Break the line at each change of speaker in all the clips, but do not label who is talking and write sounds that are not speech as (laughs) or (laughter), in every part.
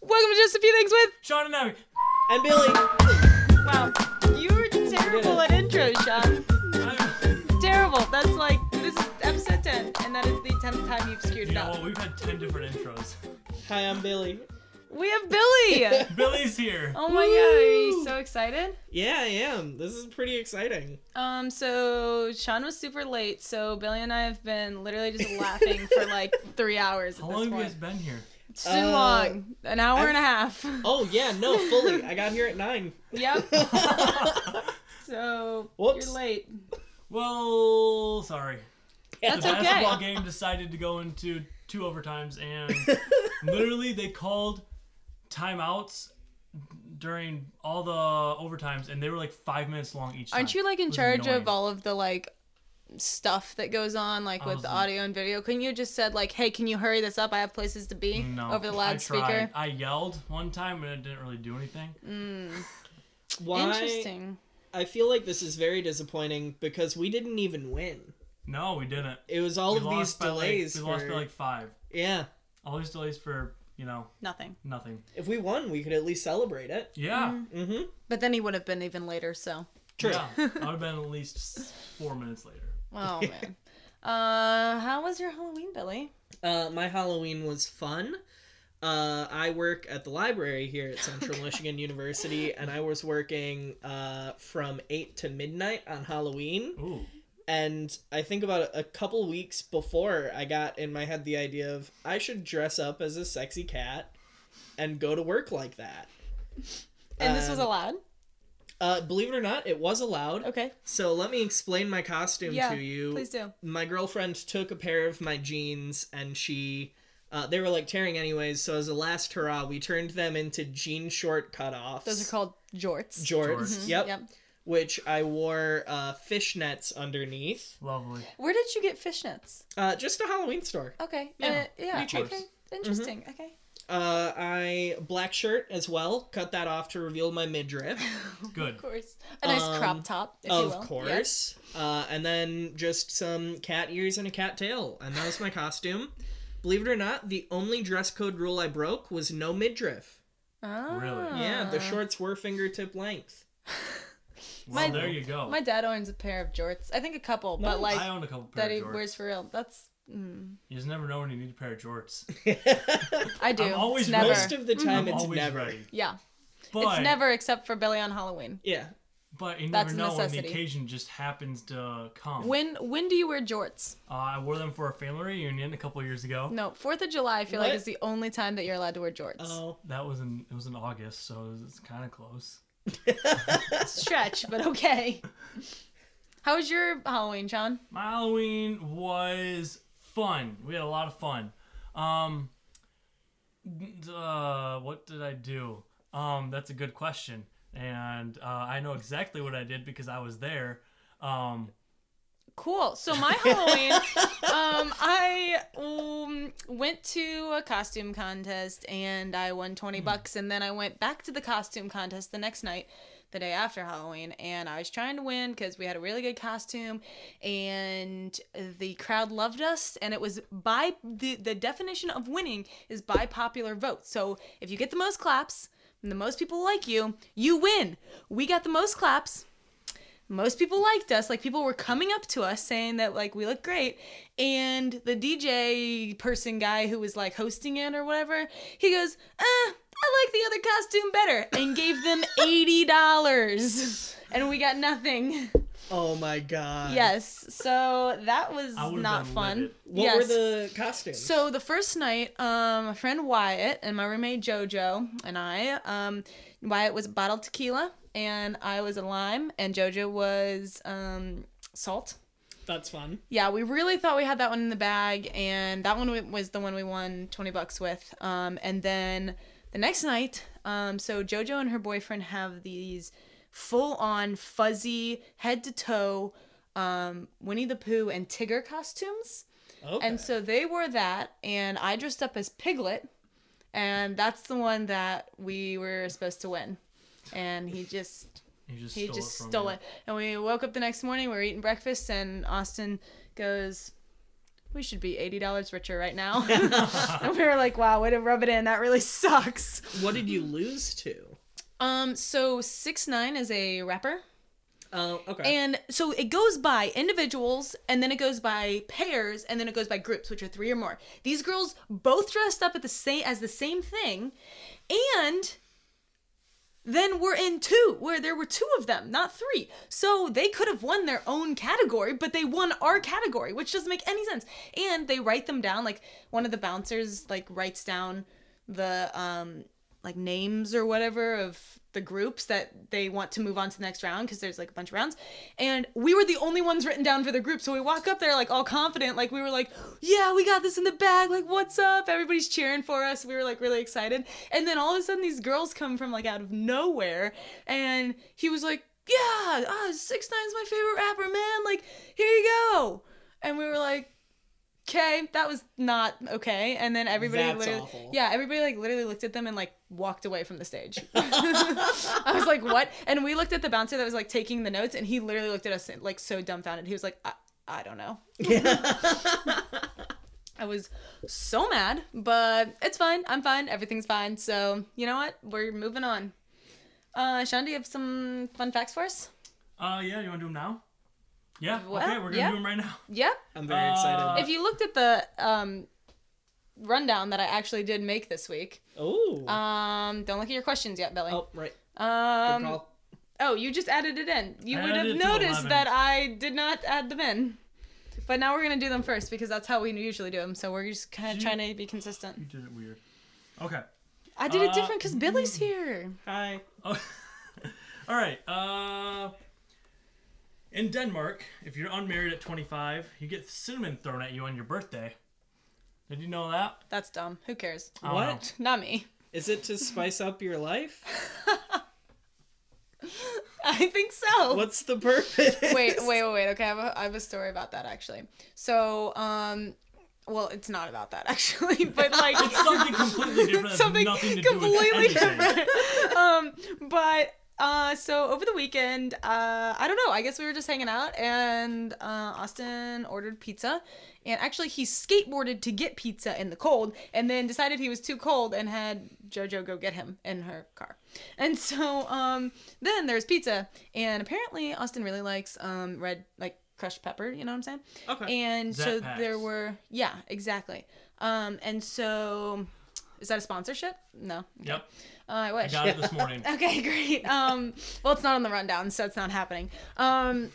Welcome to Just a Few Things with
Sean and Abby.
And Billy.
Wow, you were terrible at intros, Sean.
I'm-
Terrible. That's like this is episode ten, and that is the tenth time you've screwed
You
it
know
up.
what? We've had 10 different intros. (laughs)
Hi, I'm Billy.
We have Billy.
Billy's here.
oh my god, are you
Woo!
so excited?
Yeah, I am. This is pretty exciting.
Um, so Sean was super late, so Billy and I have been literally
(laughs)
just laughing for like three hours at
How
this
long have you
point.
guys been Uh, here?
Too
Uh,
long. An hour and a
I've-
half.
Oh yeah, no, fully. I got here at nine.
(laughs) yep.
(laughs)
(laughs) So
Whoops.
you're late.
well, sorry.
(laughs) That's
the
okay.
basketball game decided to go into two
(laughs)
overtimes, and literally they called timeouts during all the overtimes, and they were like five minutes long each.
Aren't
time.
you like in
It was
charge
annoying.
of all of the like stuff that goes on, like with the
Awesome.
audio and video? Couldn't you just said like, "Hey, can you hurry this up? I have places to be."
No,
over the
I, tried.
loudspeaker.
I yelled one time, but it didn't really do anything.
Mm.
Why?
Interesting.
I feel like this is very disappointing because we didn't even win.
No, we didn't.
It was all
we
of these
lost by, like-
delays.
we lost
for-
by like five.
yeah.
All these delays for you know
Nothing.
nothing.
If we won, we could at least celebrate it.
Yeah.
Mm.
Mm-hmm.
But then he would have been even later. So,
True.
Yeah, I would have been at least s- four minutes later. (laughs)
oh man. Uh, how was your Halloween, Billy?
Uh, my Halloween was fun. Uh, I work at the library here
(laughs)
at Central Michigan University, and I was working uh, from 8 to midnight on Halloween.
Ooh.
and I think about a couple weeks before I got in my head the idea of I should dress up as a sexy cat and go to work like that.
And this was
Um,
allowed.
Uh, believe it or not, it was allowed.
Okay.
So let me explain my costume
Yeah,
to you.
Please do.
My girlfriend took a pair of my jeans and she. Uh, they were like tearing anyways, so as a last hurrah, we turned them into jean short cutoffs.
Those are called jorts. Mm-hmm.
jorts.
Jorts.
Yep, Which I wore uh, fishnets underneath.
Lovely.
Where did you get fishnets?
Uh, just a Halloween store.
Okay.
Yeah.
Yeah. Mm-hmm. yeah.
Pretty cheap.
Okay. Interesting. Okay.
Uh, I black shirt as well. Cut that off to reveal my midriff,
Good.
Of course. A nice
Um,
crop top, (laughs) if you
of
will. Yes.
course. Uh, and then just some cat ears and a cat tail, and that was my costume. Believe it or not, the only dress code rule I broke was no midriff.
Really?
Yeah, the
Ah.
shorts were fingertip length.
Well,
My-
there you go.
My dad owns a pair of jorts. I think a couple, but
Nice.
like
Oh. I own a couple pair
that he
of jorts.
wears for real. That's mm,
You just never know when you need a pair of jorts.
(laughs) I do.
I'm always
It's never.
Most of the time,
Hmm. I'm
it's
always
never.
ready.
yeah,
But
it's never except for Billy on Halloween.
Yeah,
but you never
That's a
know when the
necessity.
occasion just happens to come.
When when do you wear jorts?
uh, I wore them for a family reunion a couple years ago.
No, Fourth of July. I feel like
What?
is the only time that you're allowed to wear jorts.
oh,
That was in it was in August, so it was- it's kind of close.
(laughs) Stretch, but
(laughs)
okay. How was your Halloween, Sean?
My Halloween was fun. We had a lot of fun. Um, uh, what did I do? Um, that's a good question, and uh, I know exactly what I did because I was there. Um,
Cool. So my Halloween, um, I um, went to a costume contest and I won twenty bucks, and then I went back to the costume contest the next night, the day after Halloween, and I was trying to win because we had a really good costume, and the crowd loved us, and it was by the the definition of winning is by popular vote. So if you get the most claps and the most people like you, you win. We got the most claps most people liked us like people were coming up to us saying that like we look great and the dj person guy who was like hosting it or whatever he goes uh, i like the other costume better and gave
(laughs)
them $80 and we got nothing
oh my god.
yes so that was
I would've
not
been
fun
livid.
What
yes.
were the costumes?
So the first night, um, my friend Wyatt and my roommate Jojo and I, um, Wyatt was bottled tequila and I was a lime and Jojo was um, salt.
that's fun.
Yeah, we really thought we had that one in the bag, and that one w- was the one we won twenty bucks with. Um, and then the next night, um, so JoJo and her boyfriend have these full-on fuzzy head to toe um, Winnie the Pooh and Tigger costumes.
Okay.
And so they wore that, and I dressed up as Piglet, and that's the one that we were supposed to win. And he just
you just
he
stole
just
it from
stole
me.
it. And we woke up the next morning, we were eating breakfast, and Austin goes, we should be $80 richer right now. (laughs) and we were like, wow, way to rub it in. That really sucks.
What did you lose to?
Um, so six nine is a rapper.
Oh, okay.
And so it goes by individuals, and then it goes by pairs, and then it goes by groups, which are three or more. These girls both dressed up at the same as the same thing, and then we're in two, where there were two of them, not three. So they could have won their own category, but they won our category, which doesn't make any sense. And they write them down, like one of the bouncers like writes down the um like names or whatever of the groups that they want to move on to the next round because there's like a bunch of rounds and we were the only ones written down for the group so we walk up there like all confident like we were like yeah we got this in the bag like what's up everybody's cheering for us we were like really excited and then all of a sudden these girls come from like out of nowhere and he was like yeah ah, six nine's my favorite rapper man like here you go and we were like okay that was not okay and then everybody
That's
literally
awful.
yeah everybody like literally looked at them and like walked away from the stage (laughs) i was like what and we looked at the bouncer that was like taking the notes and he literally looked at us like so dumbfounded he was like i, I don't know (laughs) i was so mad but it's fine i'm fine everything's fine so you know what we're moving on uh sean do you have some fun facts for us
Uh, yeah, you want to do them now? Yeah.
Well,
okay, we're gonna
yeah.
do them right now.
yeah
I'm very
Uh,
excited.
if you looked at the um rundown that i actually did make this week
Oh.
Um, don't look at your questions yet, Billy.
oh, right. Good
um,
call.
oh, you just added it in. You
I
would have
added it to
noticed
11.
that I did not add them in. But now we're gonna do them first because that's how we usually do them. So we're just kind of
Shoot.
trying to be
You
consistent.
did it weird. Okay.
I did it
Uh,
different because Billy's here.
Hi.
(laughs) Oh, all right. Uh, in Denmark, if you're unmarried at 25, you get cinnamon thrown at you on your birthday. Did you know that?
That's dumb. Who cares? (laughs)
I don't
What?
Not me. (laughs)
Is it to spice up your life?
I think so.
What's the purpose?
(laughs) wait, wait, wait, wait. Okay, I have, a, I have a story about that actually. So, um, well, it's not about that (laughs) actually, but like
(laughs) It's something completely
(laughs)
different. That's
something
nothing to do with
completely
anything.
different. um, but uh, so over the weekend, uh, I don't know. I guess we were just hanging out, and uh, Austin ordered pizza, and actually he skateboarded to get pizza in the cold, and then decided he was too cold and had JoJo go get him in her car. And so um, then there's pizza, and apparently Austin really likes um, red like crushed pepper. You know what I'm saying?
Okay.
And
Zap
so
packs.
there were yeah, exactly. Um and so is that a sponsorship? No.
Yep.
Uh, I
I
wish.
got it
(laughs)
this morning.
Okay, great. Um well it's not on the rundown, so it's not happening. Um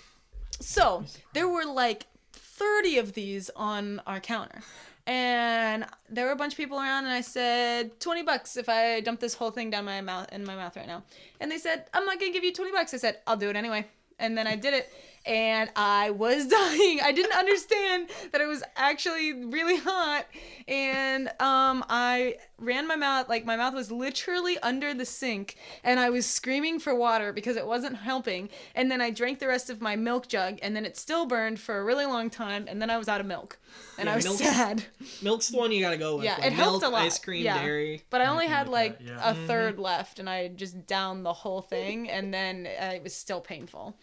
so there were like 30 of these on our counter. And there were a bunch of people around and I said 20 bucks if I dump this whole thing down my mouth in my mouth right now. And they said, "I'm not going to give you 20 bucks." I said, "I'll do it anyway." And then I did it and I was (laughs) dying. I didn't understand that it was actually really hot and um I ran my mouth like my mouth was literally under the sink and I was screaming for water because it wasn't helping. And then I drank the rest of my milk jug and then it still burned for a really long time and then I was out of milk. And
Yeah,
I was
milk's-
sad.
Milk's the one you gotta go with.
Yeah,
like
it helped
milk,
a lot.
Ice cream,
Yeah.
dairy. Mm-hmm.
But I only
Anything
had
like
like
that, yeah.
a third left, and I just downed the whole thing, and then uh, it was still painful.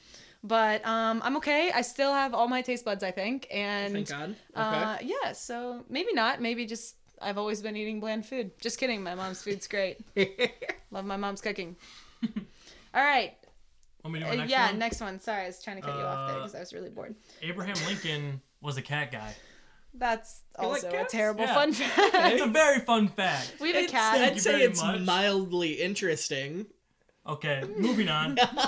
But um, I'm okay. I still have all my taste buds, I think, and
Thank God. Okay.
uh, yeah. So maybe not. Maybe just I've always been eating bland food. Just kidding. My mom's food's great.
(laughs)
Love my mom's cooking. all right.
Want me to do
Uh,
my Oh, next
yeah.
one?
Next one. Sorry, I was trying to cut you off there
Uh,
because I was really bored.
Abraham Lincoln was a
(laughs)
cat guy.
That's
like
also a
cats?
terrible
Yeah.
fun fact.
It's a very fun fact.
(laughs) We have a
It's-
cat.
Thank
I'd
you
say
very
it's
much.
mildly interesting.
Okay,
(laughs)
moving on. I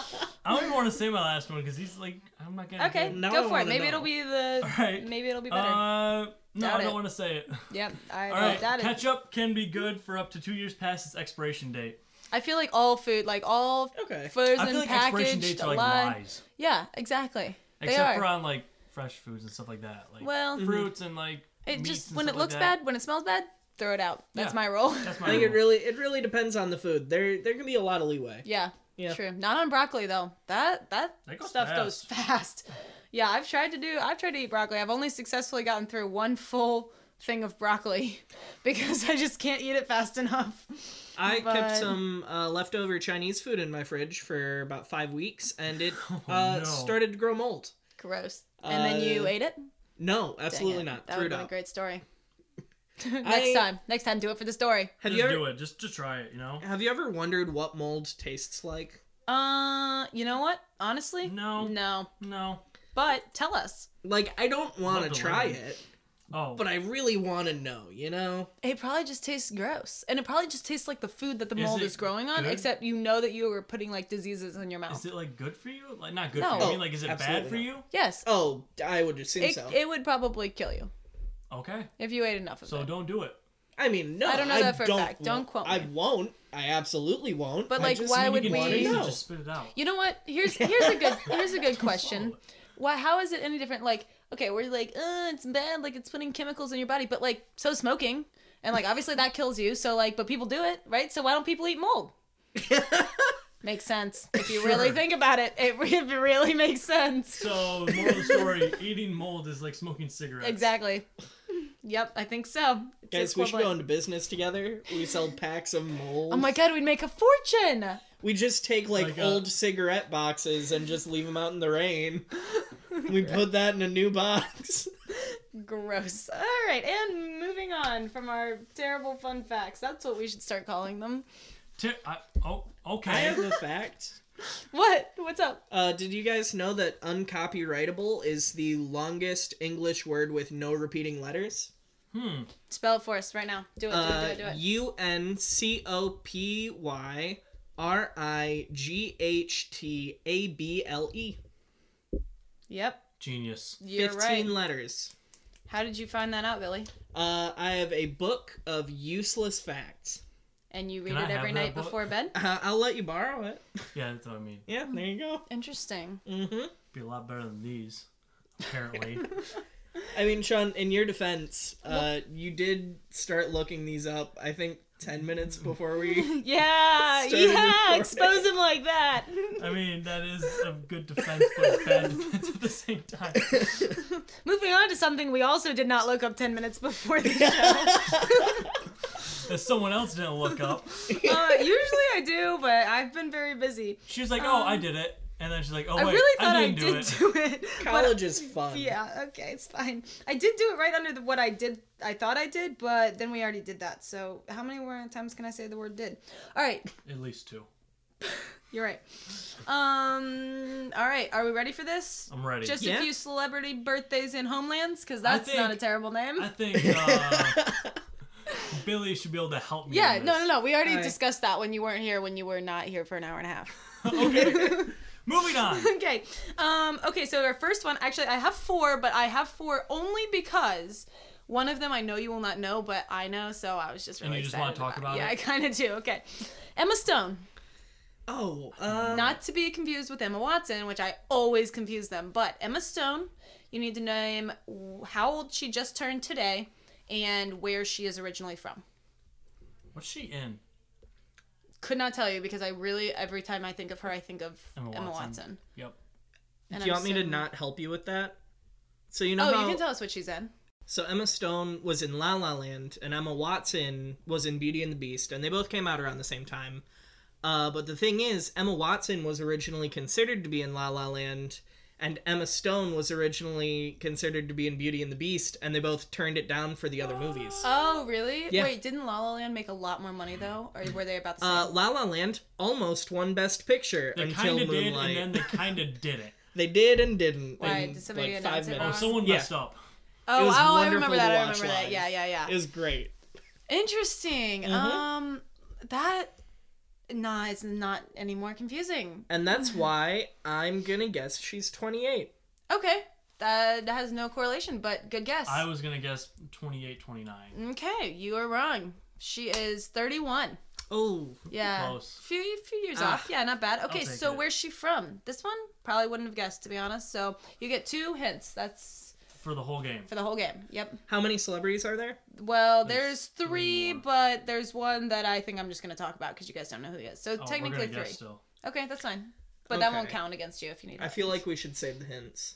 don't even want to say my last one because he's like, I'm not getting
Okay,
Now I
go for
wanna
it. Maybe
know.
it'll be the.
Alright.
Maybe it'll be better.
Uh, no,
Doubt
I don't
it.
want to say it.
yep, I
All right,
that is-
ketchup can be good for up to two years past its expiration date.
I feel like all food, like all
Okay.
frozen
I feel like expiration
packaged,
dates are like
alive.
lies,
Yeah, exactly. they
except
are.
for uh, on like fresh foods and stuff like that, like
Well- Mhm.
fruits and like
it
meats
just
and
when it
stuff like
looks
that.
bad, when it smells bad, throw it out. That's
Yeah.
my
(laughs)
rule.
That's
I
my
think it
rule.
really it really depends on the food. There there can be a lot of leeway.
yeah,
Yeah.
true. Not on broccoli though. That that,
That goes
stuff goes fast. Yeah, I've tried to do. I've tried to eat broccoli. I've only successfully gotten through one full thing of broccoli (laughs) because I just can't eat it fast enough.
I
But-
kept some uh, leftover Chinese food in my fridge for about five weeks, and it
(laughs) Oh,
uh,
no.
started to grow mold.
Gross. And then you
Uh,
ate it.
No, absolutely
Dang it.
not.
That
Threw
would
it
have been a
out.
great
(laughs)
story. (laughs) Next
I-
time. Next time, do it for the story.
Have
just
you
do
ever
it. Just just try it. You know.
have you ever wondered what mold tastes like?
Uh, you know what? Honestly,
No.
no.
No.
But tell us.
Like I don't want
Love
to
to
try
learn.
it,
Oh.
but I really want to know. You know?
It probably just tastes gross, and it probably just tastes like the food that the
Is
mold
it
is growing on.
good?
Except you know that you were putting like diseases in your mouth.
is it like good for you? Like not good
No.
for you. I
Oh,
mean, like is it bad
absolutely
for
not.
you?
yes,
Oh, I would assume
it,
so.
it would probably kill you
Okay.
if you ate enough of
So
it.
don't do it.
I mean, no,
I don't know that for a
don't,
fact. Don't quote
I
me.
won't. I absolutely won't.
But,
I
like,
just
why
need
would
to
You
we-
can taste it,
wanna know. (laughs)
just spit it out.
You know what? Here's here's a good here's a good question.
swallow it.
Why? How is it any different? Like, okay, we're like, uh, it's bad. Like, it's putting chemicals in your body, but like, so is smoking, and like, obviously that kills you. So like, but people do it, right? So why don't people eat mold? makes sense if you really
Sure.
think about it. It, re- (laughs) it really makes sense.
So moral of the story: eating mold is like smoking cigarettes.
Exactly. Yep, I think so. It's
Guys, we should go
equivalent.
into business together. We sell packs of mold.
Oh my god, we'd make a fortune.
We just take like
Like a-
old cigarette boxes and just leave them out in
(laughs)
the rain. we put that in a new box.
Gross. All right, and moving on from our terrible fun facts. That's what we should start calling them.
Ti- I- oh, okay.
(laughs) I have a fact.
What? What's up?
Uh, did you guys know that uncopyrightable is the longest English word with no repeating letters?
hmm.
Spell it for us right now. Do it, do it, do it,
Uh,
do it.
Uh, U N C O P Y R I G H T A B L E.
Yep.
Genius.
You're
15
right.
letters.
How did you find that out, Billy?
Uh, I have a book of useless facts. (laughs)
And you read
Can I
it
have
every
that
night
book?
before bed?
Uh, I'll let you borrow it.
Yeah, that's what I mean.
Yeah, there you go.
(laughs)
Interesting.
Mm-hmm.
Be a lot better than these, apparently.
I mean, Sean, in your defense, uh, you did start looking these up. I think ten minutes before we.
Yeah,
Started
yeah,
before
expose him like that.
I mean, that is a good defense, but a bad defense at the same time.
Moving on to something we also did not look up 10 minutes before
(laughs)
the show.
That someone else didn't look up.
uh, usually I do, but I've been very busy.
She was like, "Oh, I did it," and then she's like, "Oh wait,
I really thought I,
didn't
did
do it."
do it. (laughs) but- (laughs)
College is fun. (laughs)
Yeah, okay, it's fine. I did do it right under the what I did I thought I did, but then we already did that. So how many more times can I say the word did? All right,
At least two.
you're right. Um all right, are we ready for this?
I'm ready.
Just
Yeah.
a few celebrity birthdays and homelands, because that's
think-
not a terrible name.
I think uh, Billy should be able to help me.
yeah,
on
no, no, no. We already
All right.
discussed that when you weren't here, when you were not here for an hour and a half.
no. okay, moving on.
okay. Um, okay, so our first one, actually, I have four, but I have four only because one of them I know you will not know, but I know, so I was just
And
really
you just
excited
wanna talk about
Yeah,
it?
I kind of do. Okay. Emma Stone.
(laughs) Oh, uh,
Not to be confused with Emma Watson, which I always confuse them, but Emma Stone, you need to name how old she just turned today and where she is originally from.
What's she in?
Could not tell you because I really, every time I think of her, I think of Emma
Emma
Watson.
Watson. Yep.
And
do you
I'm
want me to
certain-
not help you with that? So you know
Oh,
how.
you can tell us what she's in.
So Emma Stone was in La La Land, and Emma Watson was in Beauty and the Beast, and they both came out around the same time. Uh, but the thing is, Emma Watson was originally considered to be in La La Land, and Emma Stone was originally considered to be in Beauty and the Beast, and they both turned it down for the other movies.
Oh, really?
Yeah.
Wait, didn't La La Land make a lot more money though, or were they about the same?
Uh, La La Land almost won Best Picture
They
until
kind of did, and
Moonlight.
then they kind of
(laughs)
didn't.
They did and didn't.
Why?
in,
Did somebody
like,
announce
five
it
Oh,
wrong?
minutes.
someone
yeah.
messed up.
oh,
it was
oh, I
wonderful
remember
to
that. I
watch
remember that.
live.
Yeah, yeah, yeah.
It Mm-hmm. was great.
Interesting. Um, that nah, it's not any more confusing.
And that's why I'm gonna guess she's 28.
Okay, that has no correlation, but good guess.
I was gonna guess 28, 29.
okay, you are wrong. She is thirty-one.
Oh,
Yeah,
Close.
few few years
Ah.
off. Yeah, not bad. Okay,
take
so
it.
where's she from? This one probably wouldn't have guessed to be honest. So you get two hints. That's
for the whole game.
for the whole game. Yep.
How many celebrities are there?
Well, there's
There's
three,
three more.
but there's one that I think I'm just going to talk about because you guys don't know who he is. So
Oh,
technically
we're
three.
gonna guess still.
Okay, that's fine. But that won't
Okay.
count against you if you need.
I
it.
feel like we should save the hints.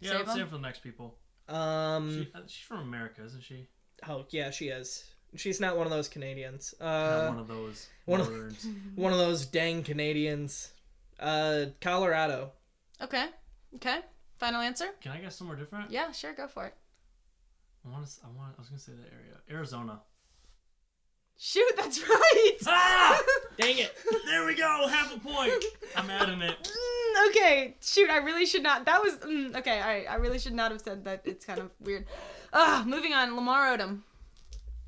Yeah,
Save
let's save
them?
it for the next people.
Um.
She, uh, she's from America, isn't she?
Oh yeah, she is. She's not one of those Canadians.
Not
Uh,
one of those
one of-
words.
(laughs) one of those dang Canadians. Uh, Colorado.
Okay. Okay. Final answer.
Can I guess somewhere different?
Yeah, sure, go for it.
I want to. I want. I was gonna say that area, Arizona.
Shoot, that's right.
Ah! (laughs)
Dang it.
There we go. Half a point. I'm adding it.
(laughs) Mm, okay, shoot, I really should not. That was mm, okay. All right, I really should not have said that. It's kind of weird. Ah, moving on. Lamar Odom.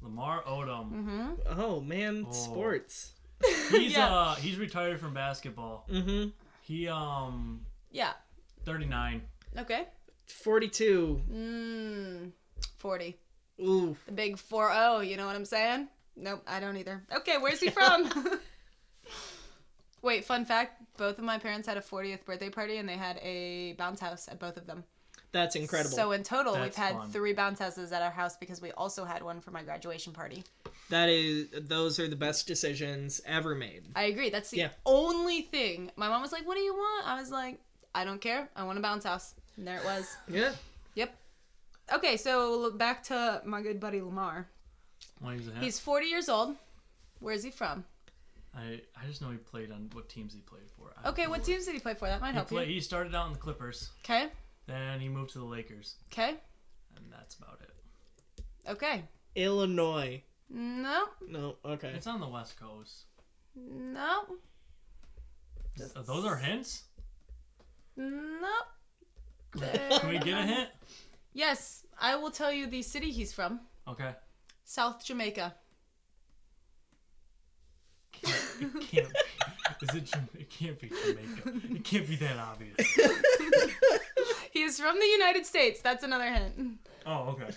Lamar Odom.
Mm-hmm.
Oh man,
Oh.
sports.
He's
Yeah.
uh he's retired from basketball.
Mm-hmm.
He um
Yeah.
39.
Okay.
Forty-two.
Mm, Forty.
Ooh.
The big four zero. You know what I'm saying? Nope, I don't either. Okay, where's he from? Wait, fun fact: both of my parents had a 40th birthday party, and they had a bounce house at both of them.
That's incredible.
So in total,
That's
we've had
fun.
three bounce houses at our house because we also had one for my graduation party.
that is those are the best decisions ever made.
I agree. That's the
Yeah.
only thing. My mom was like, "What do you want?" I was like, "I don't care. I want a bounce house." And there it was.
Yeah.
Yep. Okay, so back to my good buddy Lamar.
When he was a
He's 40 years old. Where is he from?
I I just know he played on what teams he played for. I don't
Okay,
know
what teams did he play for? That might
He,
help
play,
you.
he started out in the Clippers,
Okay,
then he moved to the Lakers,
okay,
and that's about it.
okay.
Illinois.
No,
No,
(laughs)
okay.
It's on the West Coast.
no,
Uh, Those are hints?
no.
Can we get a hint?
Yes, I will tell you the city he's from.
Okay.
South Jamaica.
Can't, it can't (laughs) be. Is it, Jama- it can't be Jamaica. It can't be that obvious.
He is from the United States. That's another hint. (laughs)
Oh, okay.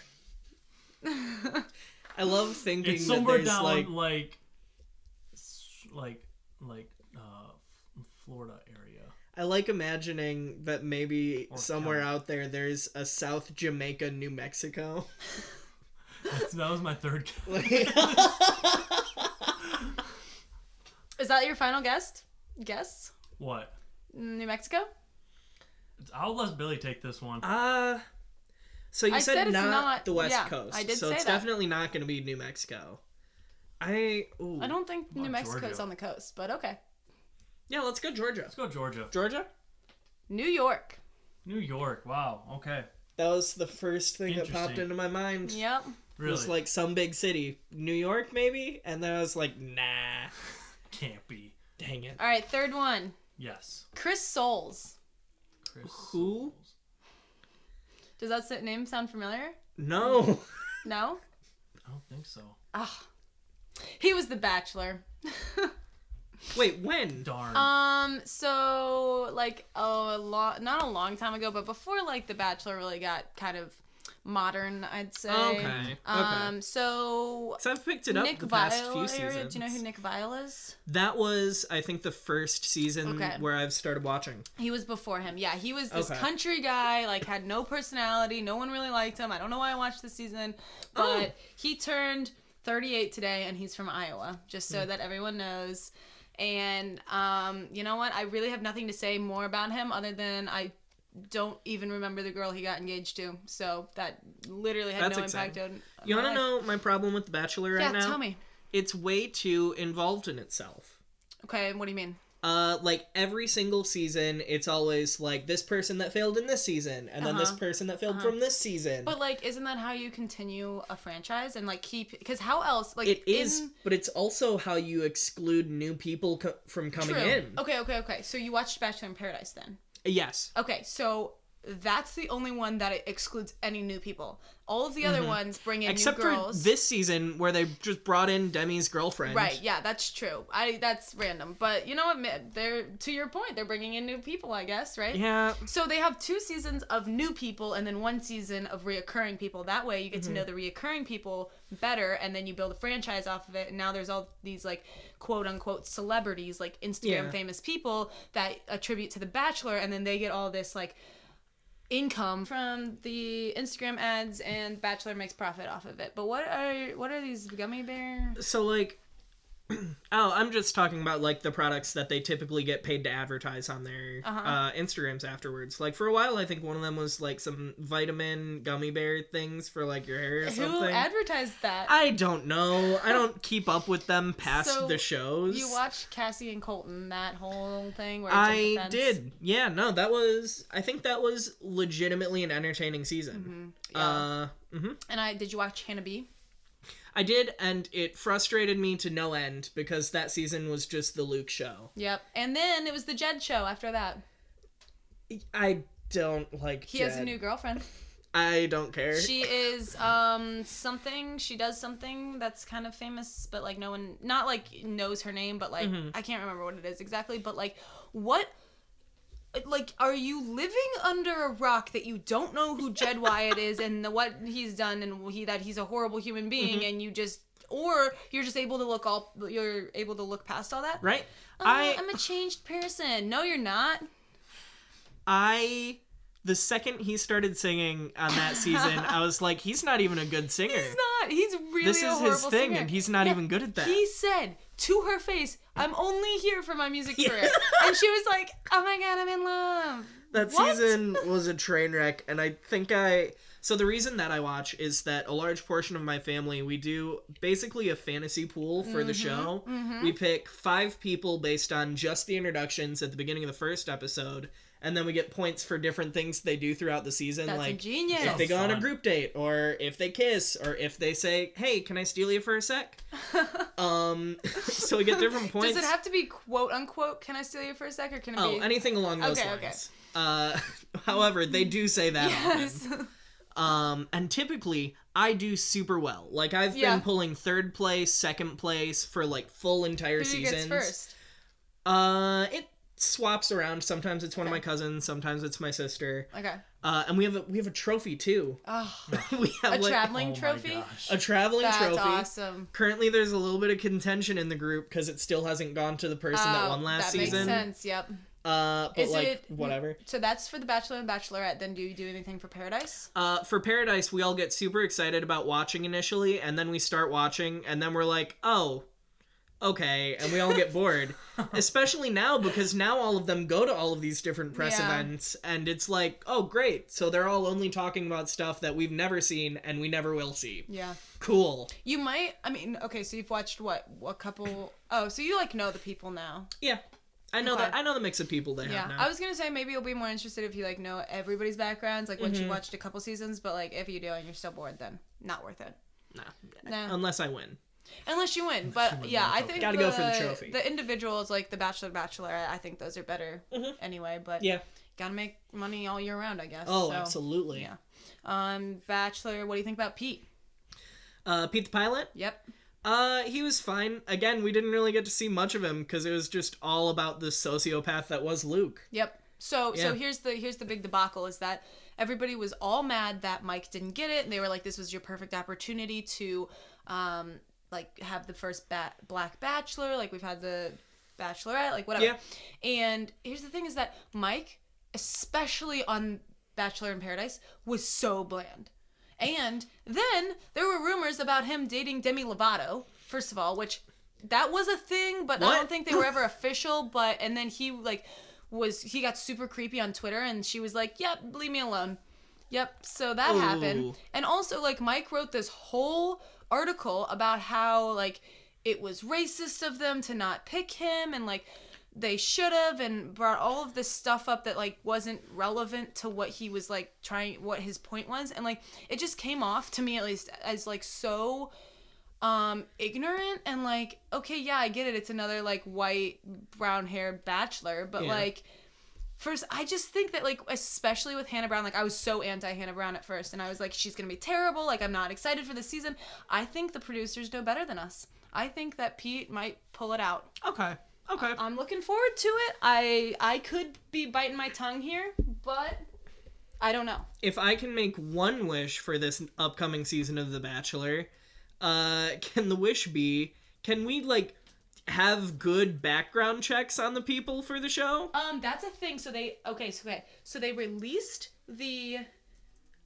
(laughs) I love thinking
It's
that
somewhere
there's
down
like
like like s- like, like uh, F- Florida area.
I like imagining that maybe
Or
somewhere
Cali.
out there there's a South Jamaica, New Mexico. (laughs)
That's, that was my third guess.
Like-
Is that your final guess? Guess?
What?
New Mexico?
I'll let Billy take this one.
(laughs) Uh so you
I
said,
said it's
not,
not-
the West
yeah,
Coast.
I did
so
say
it's
that.
definitely not going to be New Mexico. I ooh.
I don't think
Well,
New Mexico's
Georgia.
on the coast, but okay.
Yeah, let's go Georgia.
Let's go Georgia.
Georgia?
New York.
New York. Wow. Okay.
That was the first thing that popped
Interesting.
into my mind.
Yep.
It
Really?
was like some big city, New York maybe, and then I was like, nah,
can't be.
dang it.
All right, third one.
Yes.
Chris Soules.
Chris Soules.
Who?
Does that s- name sound familiar?
No,
No?
I don't think so.
Ah. He was the bachelor. (laughs)
wait, when?
Darn.
um, so like a long not a long time ago, but before like The Bachelor really got kind of modern, I'd say.
Okay,
Um
okay.
so
So I've picked it up
Nick
the past
Vile
few
area.
seasons.
Do you know who Nick Vile is?
That was, I think, the first season
Okay.
where I've started watching.
He was before him. Yeah, he was this
Okay.
country guy, like had no personality. No one really liked him. I don't know why I watched this season,
Oh.
but he turned 38 today and he's from Iowa, just
Hmm.
so that everyone knows. And um, you know what? I really have nothing to say more about him other than I don't even remember the girl he got engaged to. So that literally had
That's
no
exciting.
impact on.
You
Oh my
want to
life.
know my problem with The Bachelor right
Yeah,
now?
tell me.
It's way too involved in itself.
Okay, what do you mean?
Uh, like every single season, it's always like this person that failed in this season, and then this
Uh-huh.
person that failed from this season.
But like, isn't that how you continue a franchise and like keep? Because how else? Like
it is,
in-
but it's also how you exclude new people co- from coming
True.
in.
Okay, okay, okay. So you watched Bachelor in Paradise then?
Yes.
Okay, so that's the only one that it excludes any new people. All of the other ones bring in
Mm-hmm. Except
new girls.
for this season where they just brought in Demi's girlfriend.
Right, yeah, that's true. I that's random, but you know what? ma- They're to your point. They're bringing in new people, I guess, right?
Yeah.
So they have two seasons of new people and then one season of reoccurring people. That way, you get
Mm-hmm.
to know the reoccurring people better, and then you build a franchise off of it. And now there's all these like quote unquote celebrities, like Instagram
Yeah.
famous people that attribute to The Bachelor, and then they get all this like income from the Instagram ads, and Bachelor makes profit off of it. But what are what are these gummy bear?
So like (clears throat) Oh, I'm just talking about like the products that they typically get paid to advertise on their uh
Uh-huh.
Instagrams afterwards. Like for a while, I think one of them was like some vitamin gummy bear things for like your hair or
Who
something.
advertised that?
I don't know.
(laughs)
I don't keep up with them past
So,
the shows.
you watched Cassie and Colton that whole thing where it's in
I
defense?
did. Yeah, no, that was I think that was legitimately an entertaining season.
Mm-hmm. Yeah.
Uh Mhm.
And I did you watch Hannah B?
I did, and it frustrated me to no end because that season was just the Luke show.
Yep. And then it was the Jed show after that.
I don't like.
He has a
Jed.
new girlfriend.
I don't care.
She is um something. She does something that's kind of famous, but like no one, not like knows her name, but like
Mm-hmm.
I can't remember what it is exactly. But like, what? Like, are you living under a rock that you don't know who
(laughs)
Jed Wyatt is and the, what he's done and he that he's a horrible human being
Mm-hmm.
and you just or you're just able to look all you're able to look past all that?
right?
Oh,
I
I'm a changed person. No, you're not.
I the second he started singing on that season, I was like, he's not even a good
(laughs)
singer.
He's not. He's really
this
a
is
horrible
his thing,
singer.
and he's not
Yeah.
even good at that.
He said to her face, "I'm only here for my music career," and she was like, "Oh my god, I'm in love."
That
What?
season was a train wreck, and I think I. So the reason that I watch is that a large portion of my family we do basically a fantasy pool for
Mm-hmm.
the show. We pick five people based on just the introductions at the beginning of the first episode, and then we get points for different things they do throughout the season,
That's
like
ingenious.
if they go on a
Fun.
group date, or if they kiss, or if they say, "Hey, can I steal you for
(laughs)
a sec?" um, (laughs) so we get different points.
Does it have to be quote unquote? Can I steal you for a sec, or can it
Oh,
be?
anything along those
Okay, okay.
lines. Uh, (laughs) however, they do say that. Yes.
yes. (laughs)
Um, and typically, I do super well. Like I've
Yeah.
been pulling third place, second place for like full entire
Who
seasons.
gets first?
Uh, it swaps around. Sometimes it's one of my cousins. Sometimes it's my sister.
Okay.
Uh, and we have a we have a trophy too. (laughs)
Oh,
we have
a
like
traveling
oh
trophy.
My gosh.
a traveling
That's
trophy.
awesome.
Currently, there's a little bit of contention in the group because it still hasn't gone to the person that
Oh,
won last
that
season.
makes sense. Yep.
Uh, but
Is
like
it-
whatever.
So that's for the Bachelor and Bachelorette. Then do you do anything for Paradise?
Uh, for Paradise, we all get super excited about watching initially, and then we start watching, and then we're like, oh, okay, and we all get
(laughs)
bored. Especially now, because now all of them go to all of these different press
Yeah.
events, and it's like, oh, great. So they're all only talking about stuff that we've never seen and we never will see.
Yeah.
Cool.
You might. I mean, okay. So you've watched what? A couple. Oh, so you like know the people now.
Yeah. I know
Okay.
that I know the mix of people they
Yeah, Oh,
have now.
I was gonna say maybe you'll be more interested if you like know everybody's backgrounds, like once
Mm-hmm.
you watched a couple seasons. But like if you do and you're still bored, then not worth it.
Nah.
No.
Unless I win.
Unless you win. But yeah, I think
Gotta go for the trophy.
The individuals like the Bachelor, Bachelorette, I think those are better anyway. But
Mm-hmm. Yeah.
gotta make money all year round, I guess.
Oh,
so,
absolutely.
Yeah. Um, Bachelor, what do you think about Pete?
Uh, Pete the Pilot,
Yep.
Uh, he was fine. Again, we didn't really get to see much of him because it was just all about the sociopath that was Luke.
Yep. So so
Yeah.
here's the here's the big debacle is that everybody was all mad that Mike didn't get it, and they were like, "This was your perfect opportunity to, um, like have the first bat Black Bachelor, like we've had the Bachelorette, like whatever."
Yeah.
And here's the thing is that Mike, especially on Bachelor in Paradise, was so bland. And then there were rumors about him dating Demi Lovato, first of all, which that was a thing, but I
What?
don't think they were ever official. But and then he like was he got super creepy on Twitter and she was like, Yep, leave me alone. Yep. So that
Ooh.
happened. And also like Mike wrote this whole article about how like it was racist of them to not pick him and like they should have and brought all of this stuff up that like wasn't relevant to what he was like trying what his point was and like it just came off to me at least as like so um ignorant and like okay yeah i get it it's another like white brown haired bachelor but
Yeah.
like first i just think that like especially with hannah brown like i was so anti hannah brown at first and i was like she's gonna be terrible like i'm not excited for this season i think the producers know better than us i think that pete might pull it out
Okay. Okay.
i'm looking forward to it i i could be biting my tongue here but i don't know
if I can make one wish for this upcoming season of The Bachelor, uh, (laughs) can the wish be? Can we like have good background checks on the people for the show?
Um, that's a thing. So they okay, so okay, so they released the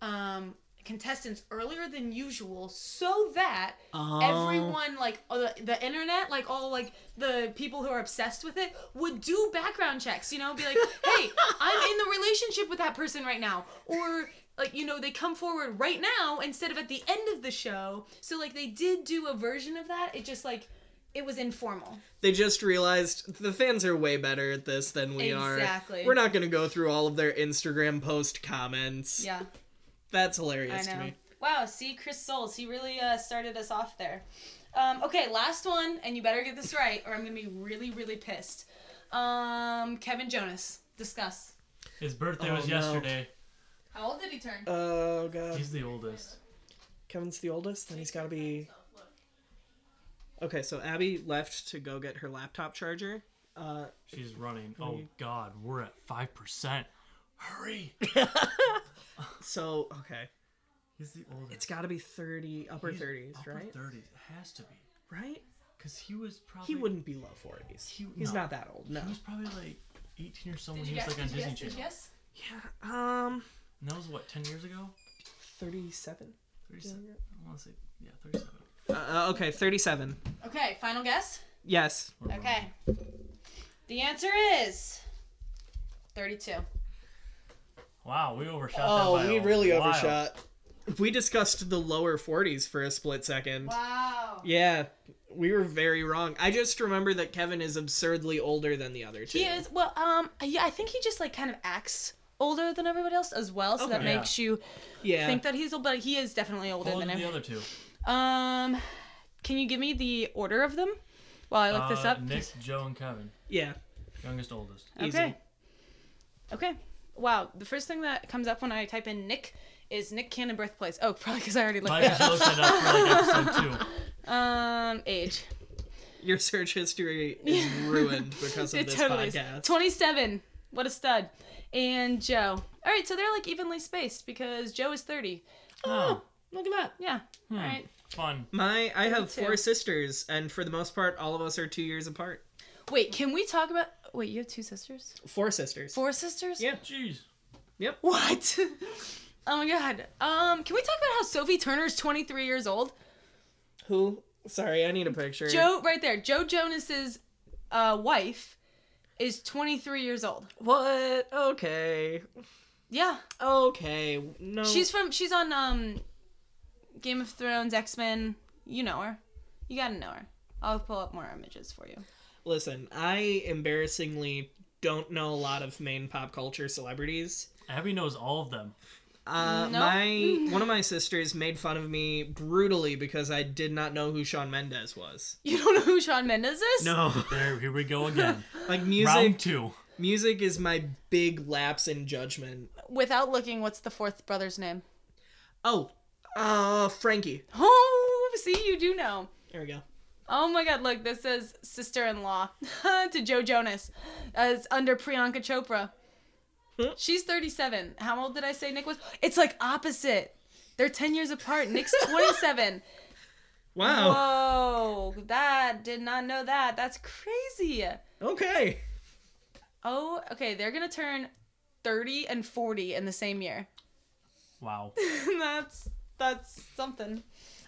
um contestants earlier than usual so that
Oh.
everyone like all the, the internet like all like the people who are obsessed with it would do background checks you know be like hey i'm in the relationship with that person right now or like you know they come forward right now instead of at the end of the show so like they did do a version of that it just like it was informal
They just realized the fans are way better at this than we are.
Exactly.
We're not gonna go through all of their Instagram post comments.
yeah
That's hilarious
I
to
know.
me.
Wow, see, Chris Souls, he really uh, started us off there. Um, okay, last one, and you better get this right, or I'm gonna be really, really pissed. Um, Kevin Jonas, discuss.
His birthday
Oh,
was
no.
yesterday.
How old did he turn?
Oh god,
He's the oldest.
Kevin's the oldest, then he's got to be.
Okay, so Abby left to go get her laptop charger. Uh,
She's running. Oh God, we're at five percent. Hurry!
so okay,
He's the oldest.
it's got to be thirty, upper thirties, right?
Thirties has to be,
Right?
cause he was probably
He wouldn't be low forties.
He-
He's
no.
not that old. No.
He was probably like eighteen or so when
Did
he
you
was
guess?
like on
Did you
Disney
guess? Did you
Channel.
guess?
Yeah. Um,
And that was what ten years ago.
thirty-seven.
Thirty-seven. I want to say yeah, thirty-seven.
Uh, okay, thirty-seven.
Okay, final guess.
Yes.
We're
Okay. The answer is 32.
Wow, we overshot. that
Oh,
by
we
a
really
while.
overshot.
We discussed the lower forties for a split second.
Wow.
Yeah, we were very wrong. I just remember that Kevin is absurdly older than the other two.
He is well. Um. Yeah, I think he just like kind of acts older than everybody else as well, so that
Okay.
makes you
Yeah.
think that he's old. But he is definitely older
How old
than
are the
him.
other two?
Um. Can you give me the order of them while I look this
Uh,
up?
Nick, Joe, and Kevin.
yeah.
(laughs)
Youngest, oldest.
Easy.
Okay. Okay. Wow. The first thing that comes up when I type in Nick is Nick Cannon birthplace. Oh, (laughs) probably because I already looked
Mike
it
just looked it up for like episode two.
up. Um.
(laughs)
Age.
Your
(laughs)
search history is ruined because of
It
this
totally is.
podcast.
27. What a stud. And Joe. All right, so they're like evenly spaced because Joe is 30.
Oh,
Look at that.
Yeah. All right.
fun.
My I have
Thirty-two.
four sisters, and for the most part, all of us are two years apart.
Wait, can we talk about. Wait, you have two sisters?
Four sisters.
Four sisters?
Yeah.
Jeez.
What? oh my god. Um, can we talk about how Sophie Turner's 23 years old?
(laughs) Who? Sorry, I need a picture.
Joe, right there. Joe Jonas's uh, wife is 23 years old.
What? Okay.
Yeah.
Okay. No.
She's from. She's on um, Game of Thrones, X Men. You know her. You gotta know her. I'll pull up more images for you. (laughs)
Listen, I embarrassingly don't know a lot of main pop culture celebrities.
Abby knows all of them.
Uh,
No?
my
(laughs)
one of my sisters made fun of me brutally because I did not know who Sean Mendes was.
You don't know who Sean Mendes is?
No,
There, here we go again.
like music,
Round two.
music is my big lapse in judgment.
Without looking, what's the fourth brother's name?
Oh, uh, Frankie.
Oh, see, you do know.
There we go.
Oh my God! Look, this says sister-in-law (laughs) to Joe Jonas, as under Priyanka Chopra.
Hmm.
She's 37. How old did I say Nick was? It's like opposite. They're 10 years apart.
(laughs)
Nick's 27.
Wow.
Whoa! That did not know that. That's crazy.
Okay.
Oh, okay. They're gonna turn 30 and 40 in the same year. (laughs)
Wow.
that's that's something.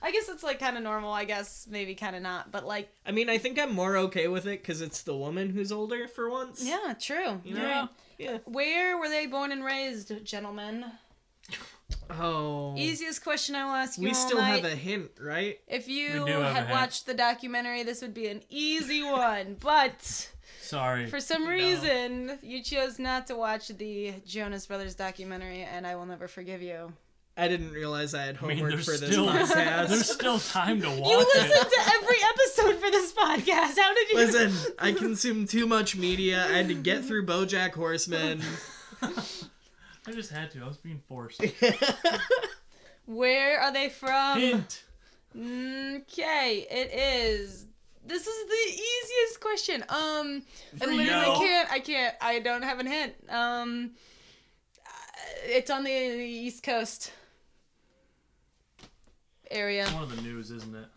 I guess it's like kind of normal. I guess maybe kind of not, but like
I mean, I think I'm more okay with it because it's the woman who's older for once.
yeah, true.
You know?
Yeah.
Yeah.
Where were they born and raised, gentlemen?
Oh.
Easiest question I will ask you
we
all
still
night.
have a hint, right?
If
We
you
do have a
had
hint.
watched the documentary, this would be an easy one. But
Sorry.
for some
No.
reason, you chose not to watch the Jonas Brothers documentary, and I will never forgive you.
I didn't realize I had
I mean,
homework
there's
for this
still (laughs) there's
podcast.
still time to watch
You
it.
listened to every episode for this podcast. How did you
Listen, I consume too much media. I had to get through BoJack Horseman.
(laughs)
I just had to. I was being forced.
Where are they from?
Hint.
Okay, it is. This is the easiest question. Um, I
Free
literally
now.
can't. I can't. I don't have a hint. Um, uh, it's on the East Coast area.
It's one of the news, isn't it?